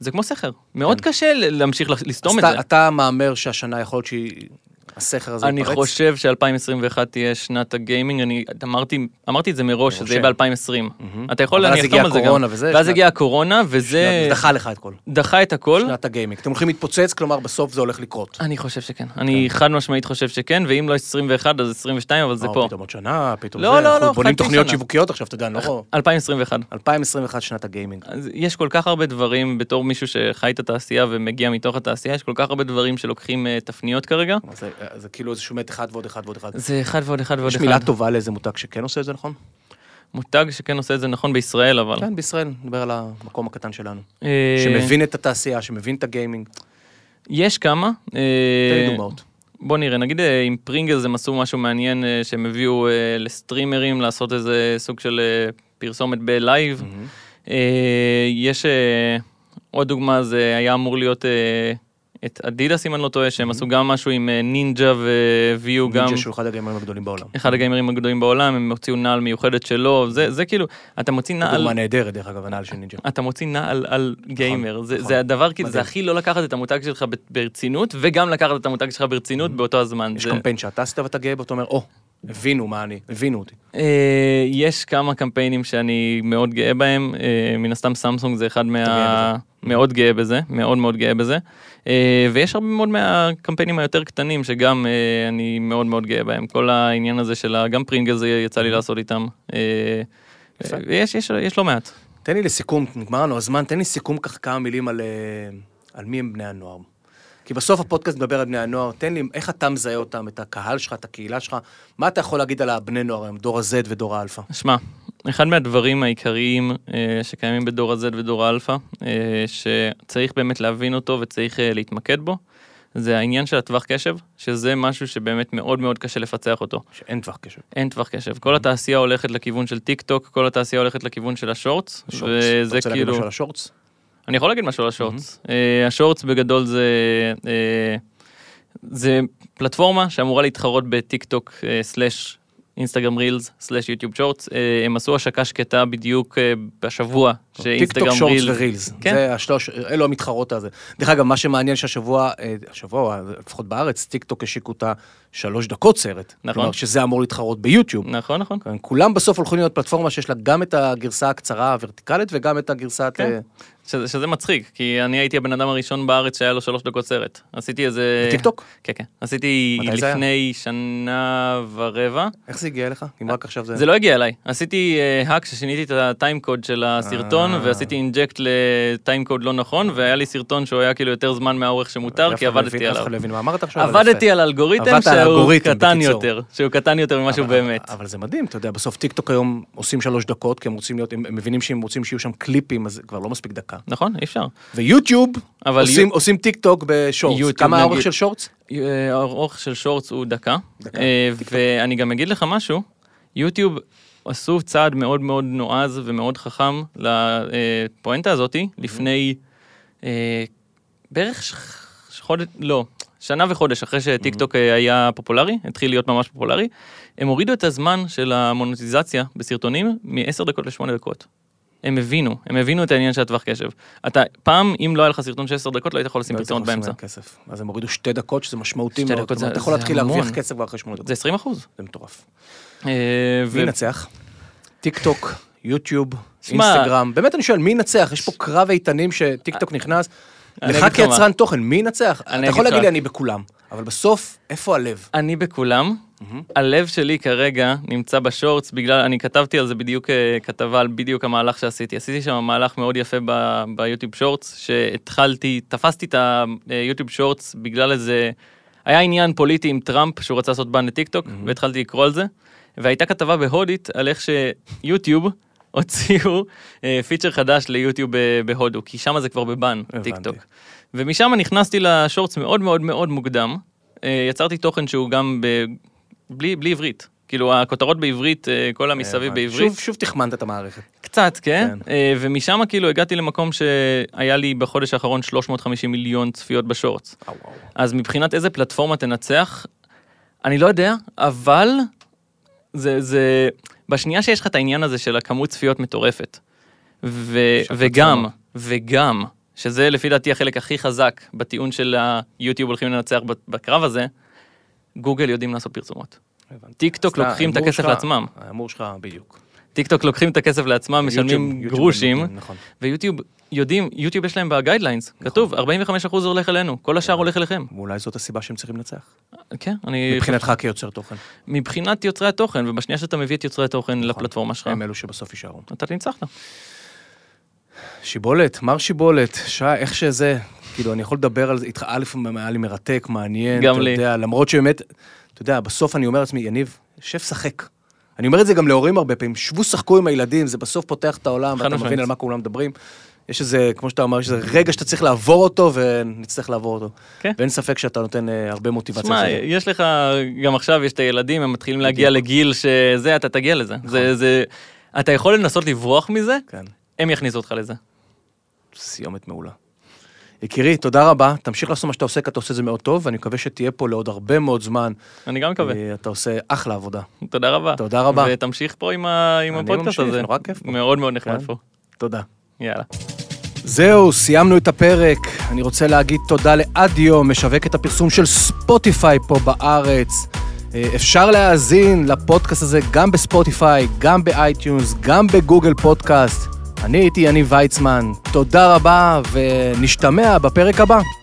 S3: זה כמו סכר. מאוד קשה ל- להמשיך לח- לסתום את
S2: אז
S3: זה.
S2: אתה- אתה מהמר שהשנה יכול להיות שהיא... הסכר הזה
S3: אני
S2: ייפרץ?
S3: חושב ש-2021 תהיה שנת הגיימינג, אני אמרתי, אמרתי את זה מראש, שזה יהיה
S2: רושם.
S3: ב-2020. אתה יכול,
S2: אבל
S3: אני
S2: אז
S3: אחתום
S2: הגיעה
S3: על זה גם.
S2: הקורונה וזה,
S3: ואז
S2: שנת-
S3: הגיעה הקורונה, וזה
S2: לא, דחה לך את כל.
S3: דחה את הכל.
S2: שנת הגיימינג. אתם הולכים להתפוצץ, כלומר, בסוף זה הולך לקרות.
S3: אני חושב שכן. אני
S2: כן.
S3: חד משמעית חושב שכן, ואם לא 21 אז 22, אבל זה
S2: אה,
S3: פה.
S2: פתאום עוד שנה, פתאום
S3: לא,
S2: זה.
S3: לא, לא,
S2: אנחנו בונים
S3: חצי
S2: תוכניות
S3: שנה.
S2: שיווקיות עכשיו, אתה יודע, אני לא רואה.
S3: 2021.
S2: 2021 שנת הגיימינג.
S3: אז יש כל כך הרבה דברים, בתור מישהו שחי את התעשייה ומגיע מתוך התעשייה, יש כל כך הרבה דברים שלוקחים אה, תפניות כרגע.
S2: אז זה- זה כאילו איזשהו מת אחד ועוד אחד ועוד אחד.
S3: זה אחד ועוד אחד ועוד
S2: יש
S3: אחד. אה.
S2: מילה טובה לאיזה מותג שכן עושה את זה, נכון?
S3: מותג שכן עושה את זה נכון בישראל, אבל...
S2: כן, בישראל, נדבר על המקום הקטן שלנו.
S3: אה,
S2: שמבין את התעשייה, שמבין את הגיימינג.
S3: יש כמה. תן
S2: תן
S3: אה,
S2: לי דוגמאות.
S3: בוא נראה, נגיד אה, עם פרינגלס הם עשו משהו מעניין אה, שהם הביאו אה, לסטרימרים לעשות איזה סוג של אה, פרסומת בלייב. אה, יש אה, עוד דוגמה, זה היה אמור להיות אה, את אדידס אם אני לא טועה, שהם עשו גם משהו עם אה, נינג'ה והביאו גם...
S2: נינג'ה שהוא אחד הגיימרים הגדולים בעולם.
S3: אחד הגיימרים הגדולים בעולם, הם הוציאו נעל מיוחדת שלו, זה, זה כאילו, אתה מוציא נעל,
S2: דוגמה נהדרת, דרך אגב, הנעל של נינג'ה.
S3: אתה מוציא נעל על גיימר, זה,
S2: נכון.
S3: זה הדבר, כאילו, זה
S2: מדהים.
S3: הכי לא לקחת את המותג שלך ב- ברצינות, וגם לקחת את המותג שלך ברצינות באותו הזמן.
S2: Mm-hmm. יש
S3: זה-
S2: קמפיין שאתה עשית ואתה גאה בו, אתה אומר, או, הבינו מה אני, הבינו אותי.
S3: אה, יש כמה קמפיינים שאני מאוד גאה בהם, אה, מן הסתם סמסונג זה אחד
S2: גאה
S3: מה... מאוד גאה בזה, מאוד מאוד גאה בזה, אה, ויש הרבה מאוד מהקמפיינים היותר קטנים שגם אה, אני מאוד מאוד גאה בהם, כל העניין הזה של ה- גם פרינגל זה יצא לי לעשות איתם, אה,
S2: יפה.
S3: ויש- יש יש לא מעט.
S2: תן לי לסיכום, נגמר לנו הזמן, תן לי סיכום ככה כמה מילים על, אה, על מי הם בני הנוער. כי בסוף הפודקאסט מדבר על בני הנוער, תן לי, איך אתה מזהה אותם, את הקהל שלך, את הקהילה שלך, מה אתה יכול להגיד על הבני נוער היום, דור ה-Z ודור האלפא?
S3: שמע, אחד מהדברים העיקריים אה, שקיימים בדור ה-Z ודור האלפא, אה, שצריך באמת להבין אותו וצריך אה, להתמקד בו, זה העניין של הטווח קשב, שזה משהו שבאמת מאוד מאוד קשה לפצח אותו.
S2: שאין טווח קשר.
S3: אין טווח קשב. כל התעשייה הולכת לכיוון של טיק טוק, כל התעשייה הולכת לכיוון של השורטס,
S2: שורטס. אתה
S3: וזה
S2: רוצה להגיד
S3: כאילו...
S2: משהו על השורטס?
S3: אני יכול להגיד משהו על השורטס. אה, השורטס בגדול זה... אה, זה פלטפורמה שאמורה להתחרות בטיק טוק אה, סלאש אינסטגרם רילס סלאש יוטיוב שורטס. אה, הם עשו השקה שקטה בדיוק אה, בשבוע
S2: טיק טוק,
S3: שאינסטגרם
S2: שורטס
S3: רילס.
S2: ורילס.
S3: כן.
S2: זה השלוש, אלו המתחרות הזה. דרך אגב, מה שמעניין שהשבוע, אה, השבוע, לפחות בארץ, טיק טוק השיקו את השלוש דקות סרט.
S3: נכון.
S2: כלומר, שזה אמור להתחרות ביוטיוב.
S3: נכון, נכון.
S2: כן, כולם בסוף הולכים להיות פלטפורמה שיש לה גם את הגרסה הקצרה הוורטיקלית וגם את הגרסת...
S3: כן.
S2: אה,
S3: שזה, שזה מצחיק, כי אני הייתי הבן אדם הראשון בארץ שהיה לו שלוש דקות סרט. עשיתי איזה...
S2: בטיקטוק?
S3: כן, כן. עשיתי
S2: מתי זה היה?
S3: לפני שנה ורבע. לא
S2: איך זה הגיע אליך? אם רק עכשיו זה...
S3: זה לא הגיע אליי. עשיתי אה, האק ששיניתי את הטיים קוד של הסרטון, סרטון, ועשיתי אינג'קט לטיים קוד לא נכון, והיה לי סרטון שהוא היה כאילו יותר זמן מהאורך שמותר, כי עבדתי
S2: אף
S3: עליו.
S2: אחד לא הבין מה אמרת עכשיו. אבל
S3: עבדתי
S2: יפה.
S3: על אלגוריתם
S2: עבדת על
S3: שהוא
S2: אלגוריתם,
S3: קטן
S2: בקיצור.
S3: יותר, שהוא קטן יותר ממה שהוא באמת.
S2: אבל זה מדהים, אתה יודע, בסוף טיקטוק היום עושים שלוש דקות, כי הם רוצים להיות, הם הם מבינים שאם רוצים שיהיו שם קליפים, אז זה כבר לא מספיק דקה.
S3: נכון, אי אפשר.
S2: ויוטיוב
S3: אבל
S2: עושים-
S3: יו-
S2: עושים טיקטוק בשורטס.
S3: יוטיוב,
S2: כמה האורך
S3: נגיד.
S2: של שורטס?
S3: אה, האורך של שורטס הוא דקה,
S2: דקה,
S3: אה, ואני גם אגיד לך משהו, יוטיוב עשו צעד מאוד מאוד נועז ומאוד חכם לפואנטה הזאתי, לפני אה, בערך ש- ש- חודש, לא, שנה וחודש אחרי שטיקטוק אה, היה פופולרי, התחיל להיות ממש פופולרי, הם הורידו את הזמן של המונטיזציה בסרטונים מ-10 דקות ל-8 דקות. הם הבינו, הם הבינו את העניין של הטווח קשב. אתה, פעם, אם לא היה לך סרטון של 10 דקות, לא היית יכול לשים פרסומות באמצע.
S2: כסף. אז הם הורידו שתי דקות, שזה משמעותי
S3: שתי
S2: מאוד.
S3: דקות
S2: זאת אומרת,
S3: זה-
S2: אתה יכול
S3: זה
S2: להתחיל להרוויח
S3: המון.
S2: כסף כבר אחרי שמונה
S3: זה
S2: דקות.
S3: 20 אחוז.
S2: זה מטורף.
S3: אה, ו...
S2: מי ינצח? טיקטוק, יוטיוב,
S3: שמע-
S2: אינסטגרם. באמת אני שואל, מי ינצח? יש פה קרב איתנים שטיקטוק נכנס.
S3: אני
S2: לך
S3: אגיד לך מה.
S2: כיצרן תוכן, מי ינצח?
S3: אני
S2: אתה
S3: אגיד
S2: יכול
S3: לך.
S2: להגיד לי אני בכולם, אבל בסוף, איפה הלב?
S3: אני בכולם. הלב שלי כרגע נמצא בשורטס, בגלל, אני כתבתי על זה בדיוק אה, כתבה, על בדיוק המהלך שעשיתי. עשיתי שם מהלך מאוד יפה ב- ביוטיוב שורטס, שהתחלתי, תפסתי את היוטיוב שורטס בגלל איזה, היה עניין פוליטי עם טראמפ שהוא רצה לעשות בן לטיקטוק, והתחלתי לקרוא על זה. והייתה כתבה בהודית על איך שיוטיוב הוציאו אה, פיצ'ר חדש ליוטיוב אה, בהודו, כי שם זה כבר בבן,
S2: הבנתי.
S3: טיקטוק. ומשם נכנסתי לשורטס מאוד מאוד מאוד מוקדם. אה, יצרתי תוכן שהוא גם ב... בלי, בלי עברית. כאילו הכותרות בעברית, אה, כל המסביב בעברית.
S2: שוב, שוב תחמנת את המערכת.
S3: קצת, כן.
S2: כן.
S3: אה, ומשם כאילו הגעתי למקום שהיה לי בחודש האחרון 350 מיליון צפיות בשורטס.
S2: וואו, וואו.
S3: אז מבחינת איזה פלטפורמה תנצח, אני לא יודע, אבל זה, זה, בשנייה שיש לך את העניין הזה של הכמות צפיות מטורפת, ו,
S2: של
S3: וגם,
S2: פלטפורמה.
S3: וגם, שזה לפי דעתי החלק הכי חזק בטיעון של היוטיוב הולכים לנצח בקרב הזה, גוגל יודעים לעשות פרסומות.
S2: הבנתי.
S3: טיק טוק
S2: אז אתה-
S3: לוקחים את
S2: ההימור
S3: הכסף
S2: שלך-
S3: לעצמם.
S2: ההימור שלך, בדיוק.
S3: טיק טוק לוקחים את הכסף לעצמם,
S2: יוטיוב-
S3: משלמים
S2: יוטיוב
S3: גרושים,
S2: נותנים, נכון.
S3: ויוטיוב יודעים, יוטיוב יש להם בגיידליינס, כתוב 45% הולך אלינו, כל השאר הולך אליכם.
S2: ואולי זאת הסיבה שהם צריכים לנצח.
S3: כן, אני...
S2: מבחינתך כיוצר תוכן.
S3: מבחינת יוצרי התוכן, ובשנייה שאתה מביא את יוצרי התוכן לפלטפורמה שלך,
S2: נכון. הם אלו שבסוף יישארו.
S3: אתה ניצחת.
S2: שיבולת, מר שיבולת, שעה, איך שזה, כאילו, אני יכול לדבר על זה איתך, א', היה לי מרתק, מעניין,
S3: גם
S2: אתה
S3: לי.
S2: יודע, למרות שבאמת, אתה יודע, בסוף אני אומר לעצמי, יניב, שב שחק. אני אומר את זה גם להורים הרבה פעמים, שבו שחקו עם הילדים, זה בסוף פותח את העולם,
S3: חד
S2: ואתה
S3: משמעית.
S2: מבין על מה כולם מדברים. יש איזה, כמו שאתה אומר, יש איזה רגע שאתה צריך לעבור אותו, ונצטרך לעבור אותו.
S3: כן.
S2: ואין ספק שאתה נותן אה, הרבה מוטיבציה.
S3: תשמע,
S2: לזה.
S3: יש לך, גם עכשיו יש את הילדים, הם מתחילים להגיע לגיל שזה, אתה תגיע לזה. זה, זה, אתה יכול לנסות לברוח מזה,
S2: נכון. כן.
S3: הם יכניסו אותך לזה.
S2: סיומת מעולה. יקירי, תודה רבה, תמשיך לעשות מה שאתה עושה, כי אתה עושה את זה מאוד טוב, ואני מקווה שתהיה פה לעוד הרבה מאוד זמן.
S3: אני גם מקווה.
S2: אה, אתה עושה אחלה עבודה.
S3: תודה רבה.
S2: אה, תודה רבה.
S3: ותמשיך פה עם ה- עם
S2: אני
S3: הפודקאסט
S2: ממשיך,
S3: הזה.
S2: נורא כיף פה.
S3: מאוד מאוד נחמד
S2: כן.
S3: פה.
S2: תודה.
S3: יאללה.
S2: זהו, סיימנו את הפרק. אני רוצה להגיד תודה לאדיו, משווק את הפרסום של ספוטיפיי פה בארץ. אה, אפשר להאזין לפודקאסט הזה גם בספוטיפיי, גם באייטיונס, גם בגוגל פודקאסט. אני הייתי יניב ויצמן, תודה רבה, ונשתמע בפרק הבא.